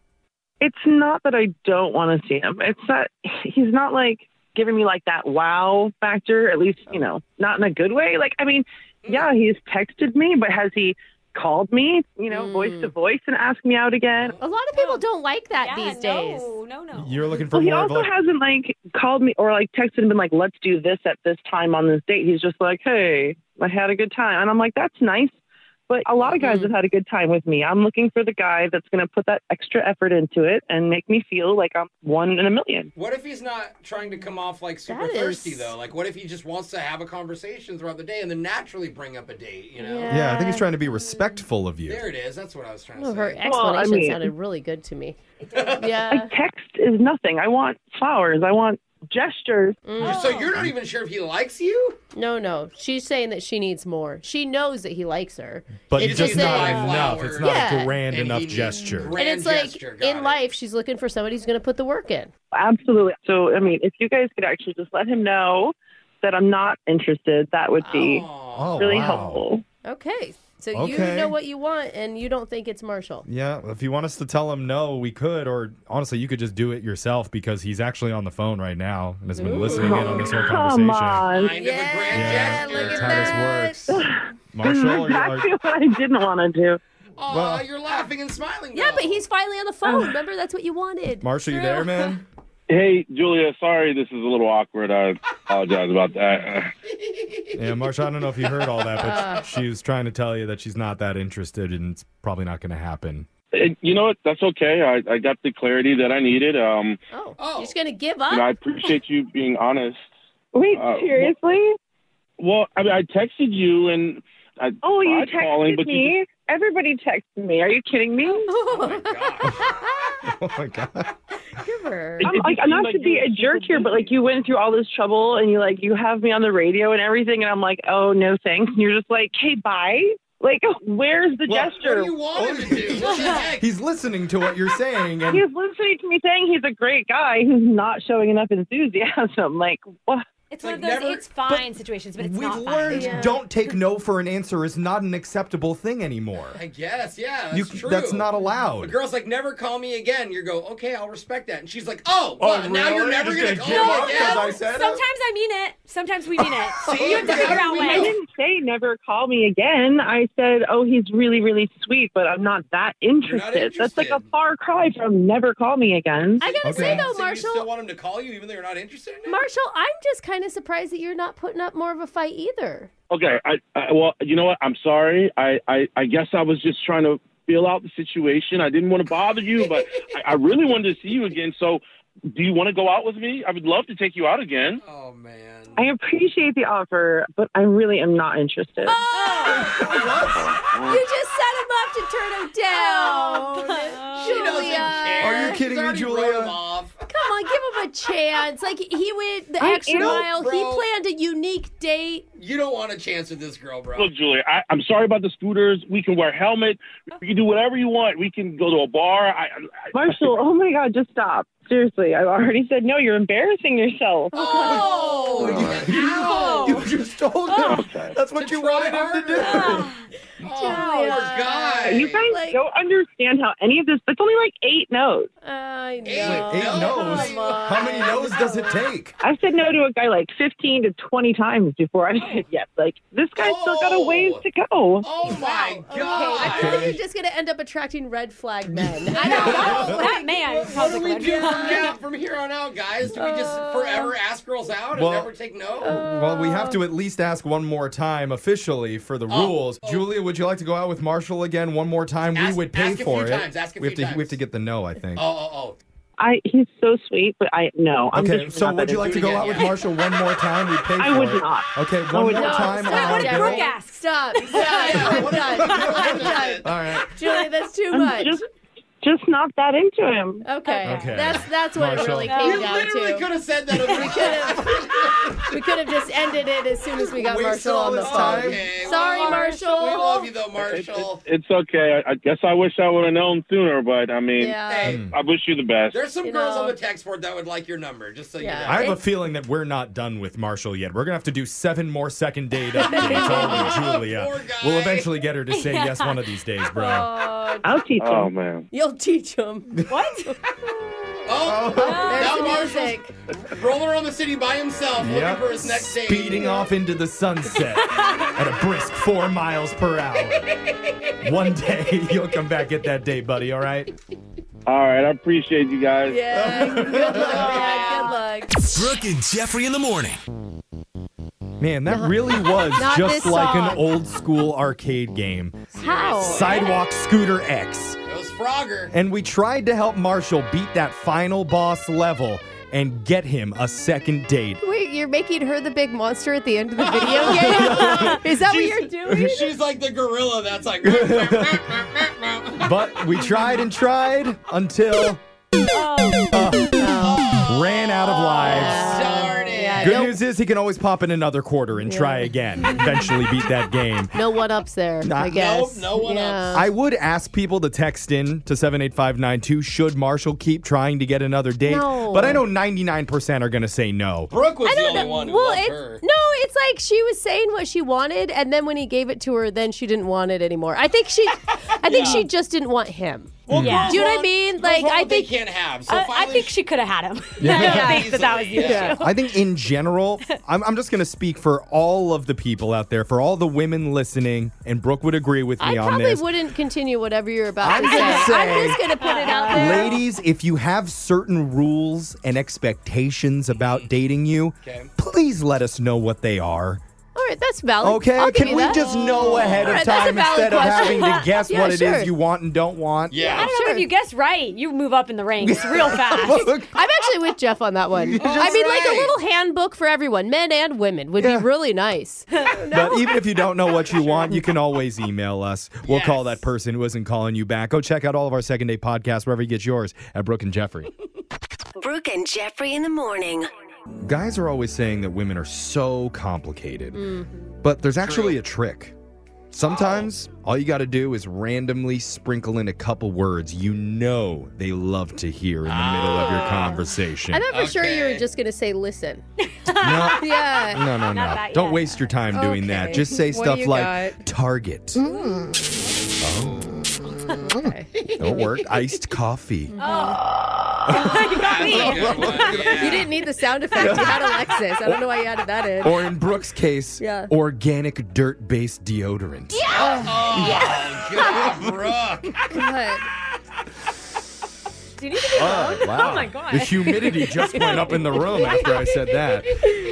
It's not that I don't want to see him. It's that he's not like giving me like that wow factor, at least, you know, not in a good way. Like, I mean, Mm. yeah, he's texted me, but has he called me, you know, voice to Mm. voice and asked me out again? A lot of people don't like that these days. no, no. You're looking for Well, he more of also like, hasn't like called me or like texted and been like, let's do this at this time on this date. He's just like, hey, I had a good time. And I'm like, that's nice. But a lot of guys Mm-hmm. have had a good time with me. I'm looking for the guy that's going to put that extra effort into it and make me feel like I'm one in a million. What if he's not trying to come off like super That is- thirsty though? Like, what if he just wants to have a conversation throughout the day and then naturally bring up a date? You know? yeah. I think he's trying to be respectful of you. There it is. That's what I was trying Oh, to her say. explanation sounded really good to me. Like, text is nothing. I want flowers. I want gestures. So you're Oh. not even sure if he likes you? Mm. No, no. She's saying that she needs more. She knows that he likes her. But It's just not that- enough. It's not Yeah. a grand enough gesture. And it's like in life, she's looking for somebody who's going to put the work in. Absolutely. So, I mean, if you guys could actually just let him know that I'm not interested, that would be really Oh, wow. helpful. Okay. So you Okay. know what you want, and you don't think it's Marshall. Yeah, if you want us to tell him no, we could, or honestly, you could just do it yourself because he's actually on the phone right now and has been listening in on this whole conversation. Yeah, look at that's how this works. Marshall, are you, are, Exactly what I didn't want to do. Oh, Well- you're laughing and smiling. Yeah, but he's finally on the phone. Remember, that's what you wanted. Marshall, you there, man? Hey, Julia, sorry this is a little awkward. I apologize about that. Uh, yeah, Marshall, I don't know if you heard all that, Uh. but she was trying to tell you that she's not that interested and it's probably not going to happen. And you know what? That's okay. I, I got the clarity that I needed. Um, Oh, you're just going to give up? you know, I appreciate you being honest. Wait, Uh, seriously? Well, I mean, I texted you and I Oh, you tried texted calling, but me. you Everybody texted me. Are you kidding me? Oh my god. Give her. I'm, like, not to be a jerk here, but like you went through all this trouble and you like you have me on the radio and everything, and I'm like, oh no, thanks. And you're just like, hey, bye. Like, where's the Well, what gesture? do you want him to do? He's listening to what you're saying, and He's listening to me saying he's a great guy who's not showing enough enthusiasm. Like, what? It's one of those it's fine situations, but it's we've not fine. learned don't take no for an answer is not an acceptable thing anymore. I guess, yeah, that's You- true. that's not allowed. The girl's like, "Never call me again." You go, "Okay, I'll respect that," and she's like, "Oh, well, now you're never gonna call me again." Sometimes I mean it. Sometimes we mean it. See? you have to figure out Oh, I when. didn't say never call me again. I said, oh, he's really, really sweet, but I'm not that interested. That's like a far cry from never call me again. I gotta say though, So you Marshall, still want him to call you even though you're not interested? In it? Marshall, I'm just kind of surprised that you're not putting up more of a fight either. Okay. I, I well, you know what? I'm sorry. I, I I guess I was just trying to feel out the situation. I didn't want to bother you, but I, I really wanted to see you again. So, do you want to go out with me? I would love to take you out again. I appreciate the offer, but I really am not interested. Oh! You just set him up to turn him down. Oh, Julia. Are you kidding me, Julia? Come on, give him a chance. Like he went the I extra am, mile. He bro. planned a unique date. You don't want a chance with this girl, bro. Look, Julia, I, I'm sorry about the scooters. We can wear helmet. We can do whatever you want. We can go to a bar. I, I, Marshall, oh my God, just stop. Seriously, I've already said no. You're embarrassing yourself. Oh, Oh, You just told him. Oh. That's what you wanted him to do. Oh, Oh, You guys don't understand how any of this, it's only like eight no's. I know. Wait, eight no's? How many no's does it take? I said no to a guy like 15 to 20 times before I said yes. Like, this guy's still got a ways to go. Oh my Okay, I feel like you're just gonna end up attracting red flag men. I don't know. That man What do we do from now- from here on out, guys? Do we just Uh, forever ask girls out and Well- uh, never take no? Well, we have Uh, to at least ask one more time officially for the Oh. rules. Julia, would you like to go out with Marshall again one more time? we would pay ask a for few it. times, ask a we have few to we have to get the no, I think. Oh, oh, I he's so sweet, but I no. I'm okay, just so not would that you like to into go it. out with Marshall one more time? We pay I for would it. not. Okay, I one more would not. time. Stop. on What the did Brooke bill. ask? Stop. Stop. I'm done. I'm done. All right. Julia, that's too I'm much. just- Just not that into him. Okay. Okay. That's that's what Marshall. it really came You down literally to. could have said that. we could have. We could have just ended it as soon as we got Wasted Marshall all on the this phone. time. Okay, Sorry, well, Marshall. we love you, you though, Marshall. It's okay. I, I guess I wish I would have known sooner, but I mean, Yeah. Hey. I wish you the best. There's some girls on the text board that would like your number, just so you know. I have a feeling that we're not done with Marshall yet. We're gonna have to do seven more second date updates on Julia. We'll eventually get her to say yes one of these days, bro. Uh, I'll teach Oh man. You'll teach him. What? Oh, there's now the Marshall's roller on the city by himself, Yep. Oh, looking for his next date. Speeding off into the sunset at a brisk four miles per hour. One day you'll come back get that date, buddy. All right. All right. I appreciate you guys. Yeah. Good luck. Good luck. Brooke and Jeffrey in the morning. Man, that really was Not just this like song. an old school arcade game. How? Sidewalk Scooter X. It was Frogger. And we tried to help Marshall beat that final boss level and get him a second date. Wait, you're making her the big monster at the end of the video game? Is that what you're doing? She's like the gorilla that's like, But we tried and tried until uh, ran out of lives. Good no, news is he can always pop in another quarter and try again. Eventually beat that game. no one ups there, Nah. I Nope, guess. no one yeah. I would ask people to text in to 78592 should Marshall keep trying to get another date. No. But I know 99% are going to say no. Brooke was I the don't only know. one who well, loved it's, her. No, it's like she was saying what she wanted, and then when he gave it to her, then she didn't want it anymore. I think she, I think she just didn't want him. Well, Yeah. girls Do you know what I want- mean? girls Like, want I what they think can't have, so I finally think she could have had him. Yeah. I don't think that that was the Easily, yeah. issue. I think in general, I'm, I'm just going to speak for all of the people out there, for all the women listening, and Brooke would agree with I me on probably this. wouldn't continue whatever you're about I'm to gonna say. I'm say- just gonna put it out there. Ladies, if you have certain rules and expectations about dating you, please let us know what they are. All right, that's valid. Okay, I'll give can you we that. just know ahead All of right, that's a time instead valid of question. having to guess Yeah, what it sure. is you want and don't want? Yeah. I don't know, but if you guess right, you move up in the ranks real fast. I'm actually with Jeff on that one. I mean, just like a right. little handbook for everyone, men and women, would be really nice. But even if you don't know what you want, you can always email us. We'll call that person who isn't calling you back. Go check out all of our second day podcasts wherever you get yours at Brooke and Jeffrey. Brooke and Jeffrey in the morning. Guys are always saying that women are so complicated, Mm-hmm. but there's actually a trick. Sometimes all you got to do is randomly sprinkle in a couple words you know they love to hear in the middle of your conversation. I thought for sure you were just going to say, listen. No. yeah. No, no, no. Don't waste your time doing that. Just say What do stuff you like got? Target. Oh, Mm. Okay. It'll work. Iced coffee. Oh. you got me. You didn't need the sound effect. You had Alexis. I don't know why you added that in. Or in Brooke's case, Yeah. organic dirt based deodorant. Yeah. Oh, God, Brooke. Do you need to be Oh, alone? wow. Oh my god. The humidity just went up in the room after I said that.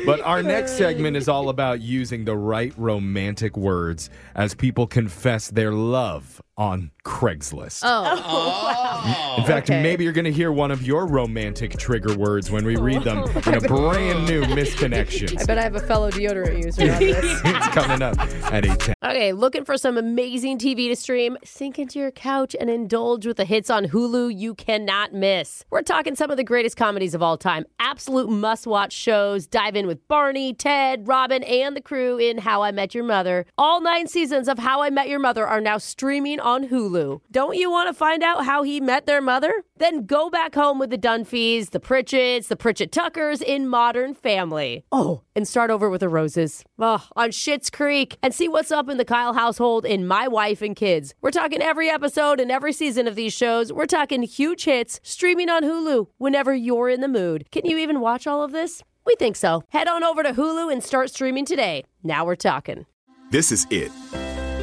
But our next segment is all about using the right romantic words as people confess their love on Craigslist. Oh. In fact, maybe you're going to hear one of your romantic trigger words when we read them in a brand new misconnection. Oh. I bet I have a fellow deodorant user on this. it's coming up at 8:10. Okay, looking for some amazing TV to stream? Sink into your couch and indulge with the hits on Hulu you cannot miss. We're talking some of the greatest comedies of all time, absolute must watch shows. Dive in with Barney, Ted, Robin, and the crew in How I Met Your Mother. All nine seasons of How I Met Your Mother are now streaming on Hulu. Don't you want to find out how he met their mother? Then go back home with the Dunphys, the Pritchett's, the Pritchett Tuckers in Modern Family. Oh, and start over with the Roses. Ugh, on Schitt's Creek and see what's up in the Kyle household in My Wife and Kids. We're talking every episode and every season of these shows. We're talking huge hits streaming on Hulu whenever you're in the mood. Can you even watch all of this? We think so. Head on over to Hulu and start streaming today. Now we're talking. This is it.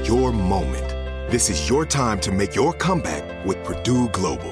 Your moment. This is your time to make your comeback with Purdue Global.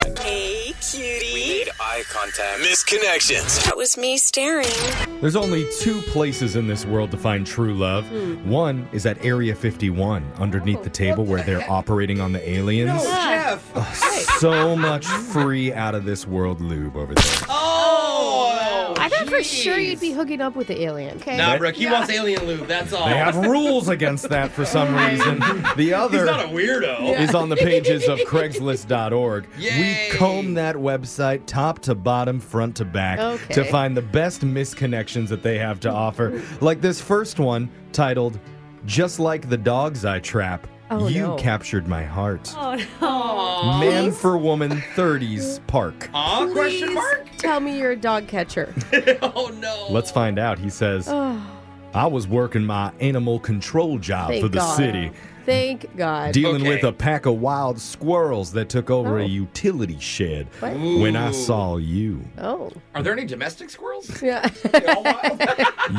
Hey, cutie. Eye contact. Misconnections. That was me staring. There's only two places in this world to find true love. Hmm. One is at Area 51, underneath the table where they're operating on the aliens. Jeff. So much free out of this world lube over there. Oh, I thought for sure you'd be hooking up with the alien. Okay, Nah, Brooke, he wants alien lube. That's all. They have rules against that for some reason. The other He's not a weirdo. is on the pages of Craigslist.org. We comb that website top to bottom, front to back Okay. to find the best misconnections that they have to offer. Like this first one titled Just Like the Dogs I Trap, Oh, You no. Captured My Heart. Oh no. Man for Woman 30s Park. Please Tell me you're a dog catcher. Let's find out. He says, Oh, I was working my animal control job thank Uh, for the God. city. Thank God. dealing with a pack of wild squirrels that took over Oh. a utility shed What? when I Ooh. saw you. Oh. Are there any domestic squirrels? Yeah.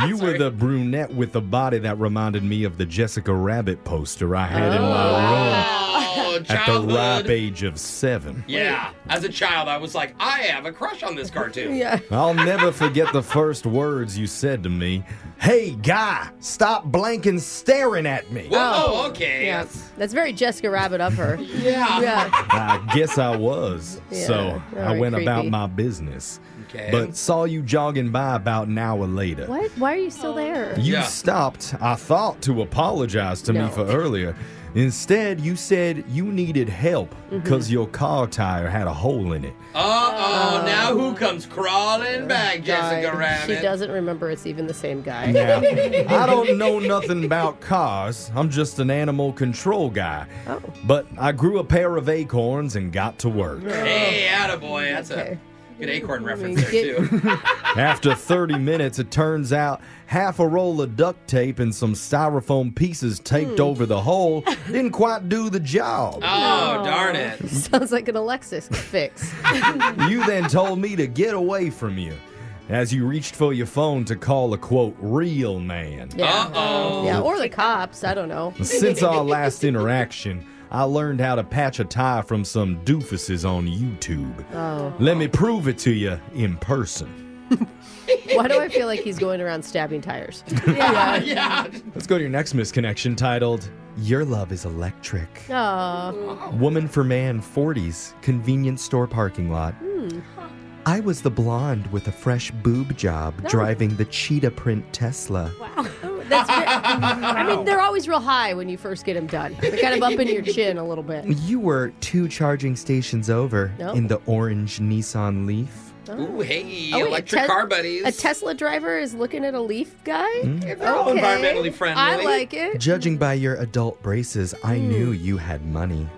You were the brunette with the body that reminded me of the Jessica Rabbit poster I had in my Oh, Oh, room at the childhood. ripe age of seven. Yeah. As a child, I was like, I have a crush on this cartoon. Yeah. I'll never forget the first words you said to me. Hey, guy, stop blanking staring at me. Oh, okay. Yeah. That's very Jessica Rabbit of her. yeah. Yeah. I guess I was. Yeah, so all I right, went about creepy. my business. Okay. But saw you jogging by about an hour later. What? Why are you still there? You stopped, I thought, to apologize to No. me for earlier. Instead, you said you needed help Mm-hmm. because your car tire had a hole in it. Uh oh, now who comes crawling back, Jessica Oh, God, Rabbit? She doesn't remember it's even the same guy. Now, I don't know nothing about cars. I'm just an animal control guy. Oh. But I grew a pair of acorns and got to work. Hey, attaboy. That's a good acorn reference there, too. After 30 minutes, it turns out half a roll of duct tape and some styrofoam pieces taped Hmm. over the hole didn't quite do the job. Oh, No. Sounds like an Alexis fix. You then told me to get away from you as you reached for your phone to call a quote real man. Uh-oh. Yeah, or the cops. I don't know. Since our last interaction, I learned how to patch a tie from some doofuses on YouTube. Oh. Let me prove it to you in person. Why do I feel like he's going around stabbing tires? Yeah. yeah. Let's go to your next misconnection titled Your Love is Electric. Oh. Woman for Man 40s, convenience store parking lot. Hmm. I was the blonde with a fresh boob job No. driving the cheetah print Tesla. Oh, That's ve- I mean, they're always real high when you first get them done. They're kind of up in your chin a little bit. You were two charging stations over No. in the orange Nissan Leaf. Ooh, hey, Oh, wait, a electric Tes- car buddies. Mm. A Tesla driver is looking at a Leaf guy? They're all Okay. environmentally friendly. I like it. Judging by your adult braces, I Mm. knew you had money.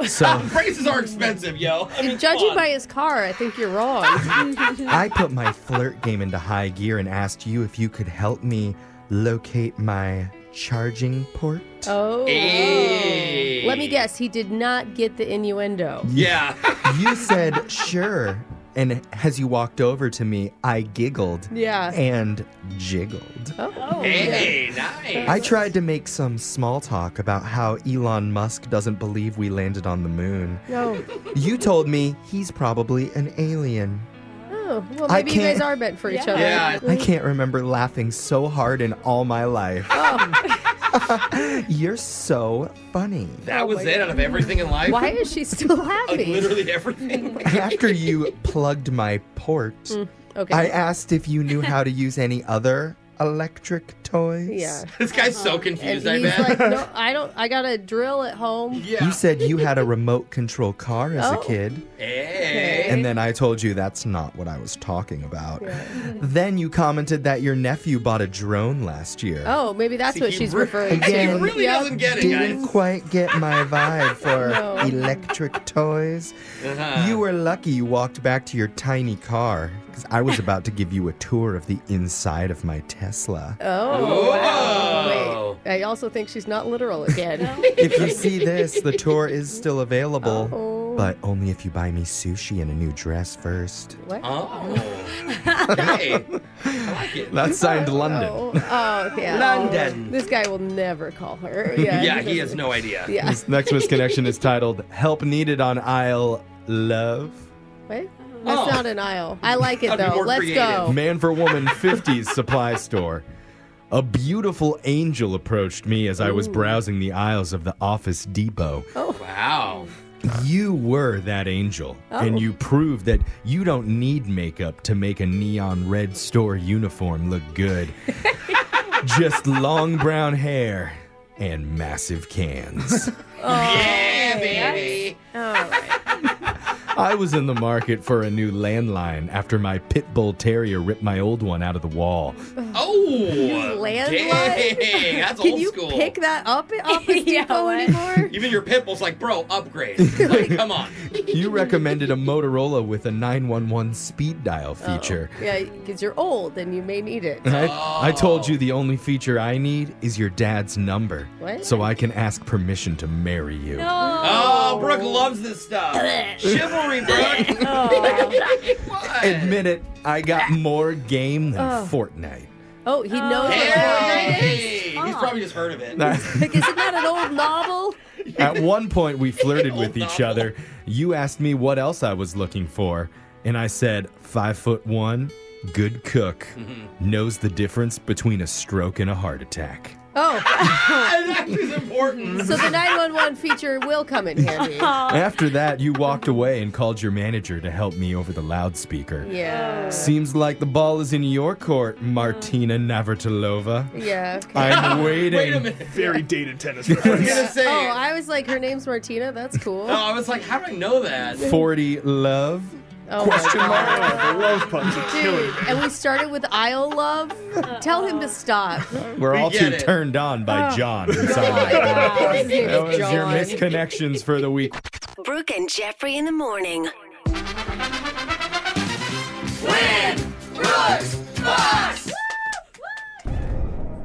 So So Ah, prices are expensive, yo. I mean, Judging come on. by his car, I think you're wrong. I put my flirt game into high gear and asked you if you could help me locate my charging port. Oh. Hey. Let me guess, he did not get the innuendo. Yeah. you said, sure, And as you walked over to me, I giggled. Yeah. And jiggled. Oh. Hey, nice. I tried to make some small talk about how Elon Musk doesn't believe we landed on the moon. No. You told me he's probably an alien. Oh, well, I maybe you guys can't- are meant for each other. I can't remember laughing so hard in all my life. Um, You're so funny. That was it out of everything in life. Oh Why is she still Like, laughing? literally everything. After you plugged my port, Mm, okay. I asked if you knew how to use any other electric toys. Yeah. Uh-huh. This guy's so confused. I He's bet. like, no, I don't. I got a drill at home. You said you had a remote control car as Oh. a kid. Hey. And then I told you that's not what I was talking about. Yeah. Then you commented that your nephew bought a drone last year. Oh, maybe that's what she's referring to. Again, Yep. didn't quite get my vibe for electric toys. Uh-huh. You were lucky you walked back to your tiny car because I was about to give you a tour of the inside of my Tesla. Oh. wow. Whoa. Wait. I also think she's not literal again. If you see this, the tour is still available, but only if you buy me sushi and a new dress first. What? Oh. hey. I like it. That's signed London. Oh, oh, yeah. London. This guy will never call her. Yeah, doesn't- Yeah. This next misconnection is titled Help Needed on Aisle Love. Wait, that's not an aisle. I like it That'd be though. more Let's go. Man for Woman 50s supply store. A beautiful angel approached me as I was Ooh. browsing the aisles of the Office Depot. Oh. Wow. You were that angel, Oh. and you proved that you don't need makeup to make a neon red store uniform look good. Just long brown hair and massive cans. Oh. yeah, baby. I was in the market for a new landline after my pit bull terrier ripped my old one out of the wall. Oh, landline? Dang, that's Can old you school. pick that up at Office Depot anymore? Even your pitbull's like, bro, upgrade. Like, come on. You recommended a Motorola with a 911 speed dial Oh. feature. Yeah, because you're old and you may need it. I, I told you the only feature I need is your dad's number What? so I can ask permission to marry you. Oh, Brooke loves this stuff. Chivalry, Brooke. Admit it, I got more game than Oh. Fortnite. Oh, he knows what Hey, Fortnite is? He's probably just heard of it. Like, isn't that an old novel? At one point, we flirted with Oh, each other. You asked me what else I was looking for, and I said, five foot one, good cook, Mm-hmm. knows the difference between a stroke and a heart attack. Oh. that is important. So the 911 feature will come in handy. After that, you walked away and called your manager to help me over the loudspeaker. Yeah. Seems like the ball is in your court, Martina Navratilova. Yeah. okay. I'm waiting. Very dated tennis. Oh, I was like, her name's Martina. That's cool. Oh, I was like, how do I know that? 40 love? Oh Question my mark. God. love puns Dude, and we started with Isle Love. Tell him to stop. We're all get too it. turned on by Oh. John. who signed that. God. His name That is was your John. misconnections for the week. Brooke and Jeffrey in the morning.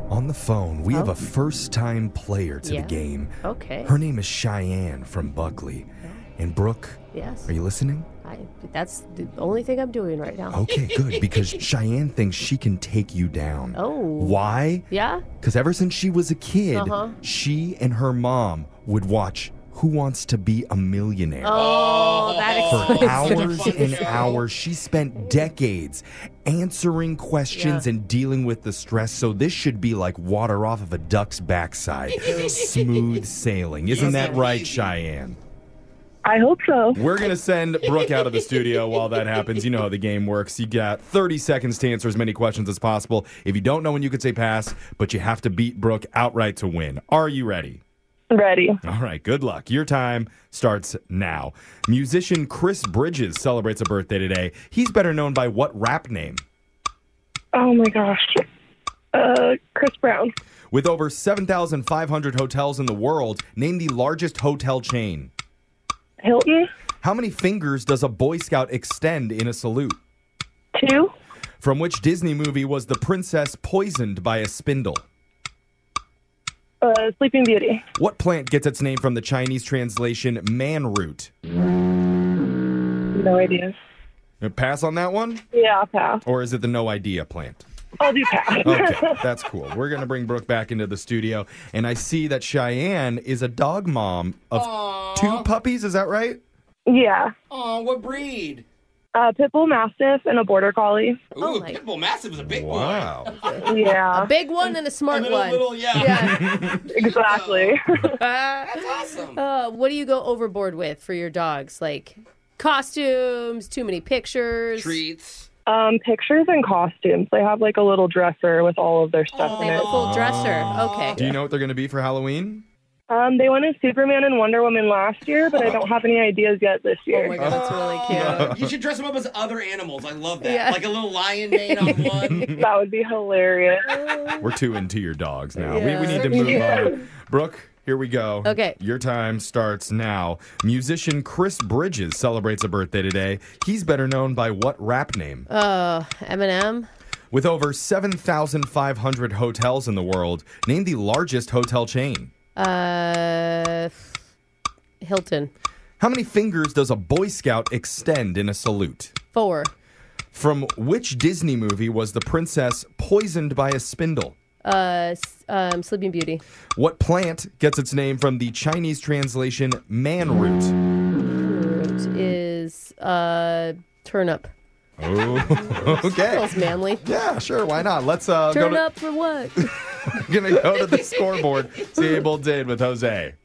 On the phone, we have a first time player to Yeah. the game. Okay. Her name is Cheyenne from Buckley. And Brooke, Yes. are you listening? I, that's the only thing I'm doing right now. Okay, good, because Cheyenne thinks she can take you down. Oh. Why? Yeah? Because ever since she was a kid, Uh-huh. she and her mom would watch Who Wants to Be a Millionaire. Oh, that explains For the hours difference. and hours, she spent decades answering questions Yeah. and dealing with the stress. So this should be like water off of a duck's backside, smooth sailing. Isn't that right, Cheyenne? I hope so. We're going to send Brooke out of the studio while that happens. You know how the game works. You got 30 seconds to answer as many questions as possible. If you don't know when you could say pass, but you have to beat Brooke outright to win. Are you ready? Ready. All right, good luck. Your time starts now. Musician Chris Bridges celebrates a birthday today. He's better known by what rap name? Oh my gosh. Uh, Chris Brown. With over 7,500 hotels in the world, name the largest hotel chain. Hilton. How many fingers does a Boy Scout extend in a salute? Two. From which Disney movie was the princess poisoned by a spindle? Uh, Sleeping Beauty. What plant gets its name from the Chinese translation man root? No idea. Uh, Pass on that one? Yeah, I'll pass. Or is it the no idea plant? I'll do pass. Okay, that's cool. We're going to bring Brooke back into the studio. And I see that Cheyenne is a dog mom of two puppies. Is that right? yeah. Oh, what breed? A pit bull mastiff and a border collie. Ooh, Oh, Pitbull Massive is a big one. Wow. Yeah. A big one Uh-huh. and a smart one. exactly. That's awesome. Uh, what do you go overboard with for your dogs? Like costumes, too many pictures, treats. Um, pictures and costumes. They have like a little dresser with all of their stuff Oh, They in have it. a full dresser. Okay. Do you know what they're going to be for Halloween? Um, they wanted Superman and Wonder Woman last year, but I don't have any ideas yet this year. Oh my god, that's really Uh, you should dress them up as other animals. I love that. Yeah. Like a little lion mane on one. that would be hilarious. We're two into your dogs now. We, we Yeah. need to move Yeah. on. Brooke, here we go. Okay. Your time starts now. Musician Chris Bridges celebrates a birthday today. He's better known by what rap name? Uh, Eminem. With over 7,500 hotels in the world, name the largest hotel chain. Uh, Hilton. How many fingers does a Boy Scout extend in a salute? Four. From which Disney movie was the princess poisoned by a spindle? Uh, s- um, Sleeping Beauty. What plant gets its name from the Chinese translation man root? Hmm. Root is uh, turnip. Oh, okay. Feels manly. Yeah, sure. Why not? Let's uh, go Turn to, up for what? gonna go to the scoreboard. See how Bull did with Jose.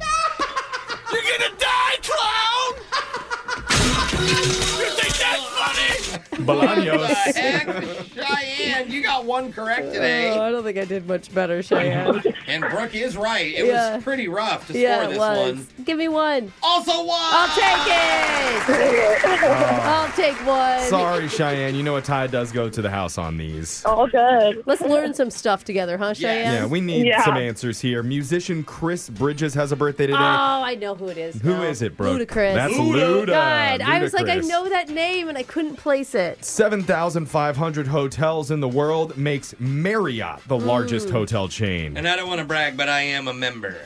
You're gonna die, clown! you think that's funny? Bolaños. Heck, Cheyenne, you got one correct today. Oh, I don't think I did much better, Cheyenne. and Brooke is right. It Yeah. was pretty rough to yeah, score it this was. one. Give me one. Also one. I'll take it. I'll take one. Sorry, Cheyenne. You know a tie does go to the house on these. All good. Let's learn some stuff together, huh, Cheyenne? Yeah, we need Yeah. some answers here. Musician Chris Bridges has a birthday today. Oh, I know who it is. Who now. is it, Brooke? Ludacris. That's Luda. God, I was like, I Ludacris. know that name, and I couldn't place it. 7,500 hotels in the world makes Marriott the largest Hmm. hotel chain. And I don't want to brag, but I am a member.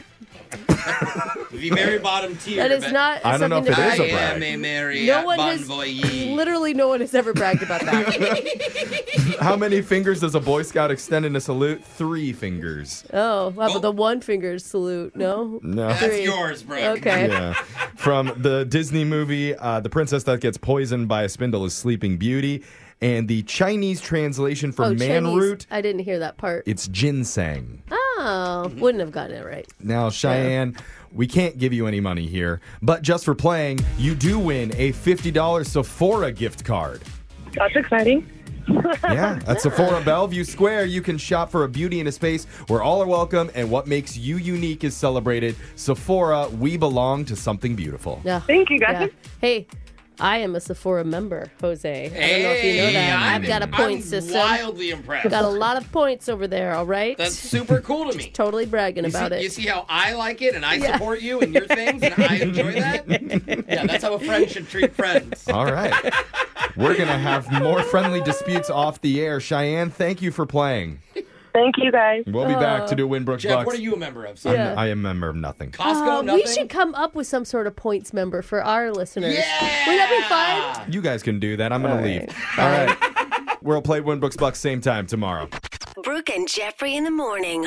the very bottom tier. That is but- not I don't know if it I is a am brag. a Marriott No one has- Bonvoyeur. Literally, no one has ever bragged about that. How many fingers does a Boy Scout extend in a salute? Three fingers. oh, how about the one finger salute? No. No. That's Three. yours, Brooke. Okay. Yeah. From the Disney movie, uh, the princess that gets poisoned by a spindle is Sleeping Beauty, and the Chinese translation for oh, man Chinese. root, I didn't hear that part. it's ginseng. Oh, Mm-hmm. wouldn't have gotten it right. Now, Cheyenne, we can't give you any money here, but just for playing, you do win a $50 Sephora gift card. That's exciting. Yeah, at Sephora Bellevue Square, you can shop for a beauty in a space where all are welcome and what makes you unique is celebrated. Sephora, we belong to something beautiful. Yeah. Thank you, guys. Hey, I am a Sephora member, Jose. I don't know if you know Hey, that. I'm- have got a point I'm system. wildly impressed. Got a lot of points over there. All right. That's super cool to me. totally bragging You about see, it. you see how I like it and I Yeah. support you and your things and I enjoy that? Yeah, that's how a friend should treat friends. All right. We're going to have more friendly disputes off the air. Cheyenne, thank you for playing. Thank you, guys. We'll be back to do Win Brooks Jeff, Bucks. what are you a member of? I'm, Sorry. I am a member of nothing. Uh, We should come up with some sort of points member for our listeners. Yeah! Would that be fun? You guys can do that. I'm going to leave. All right. we'll play Win Brooks Bucks same time tomorrow. Brooke and Jeffrey in the morning.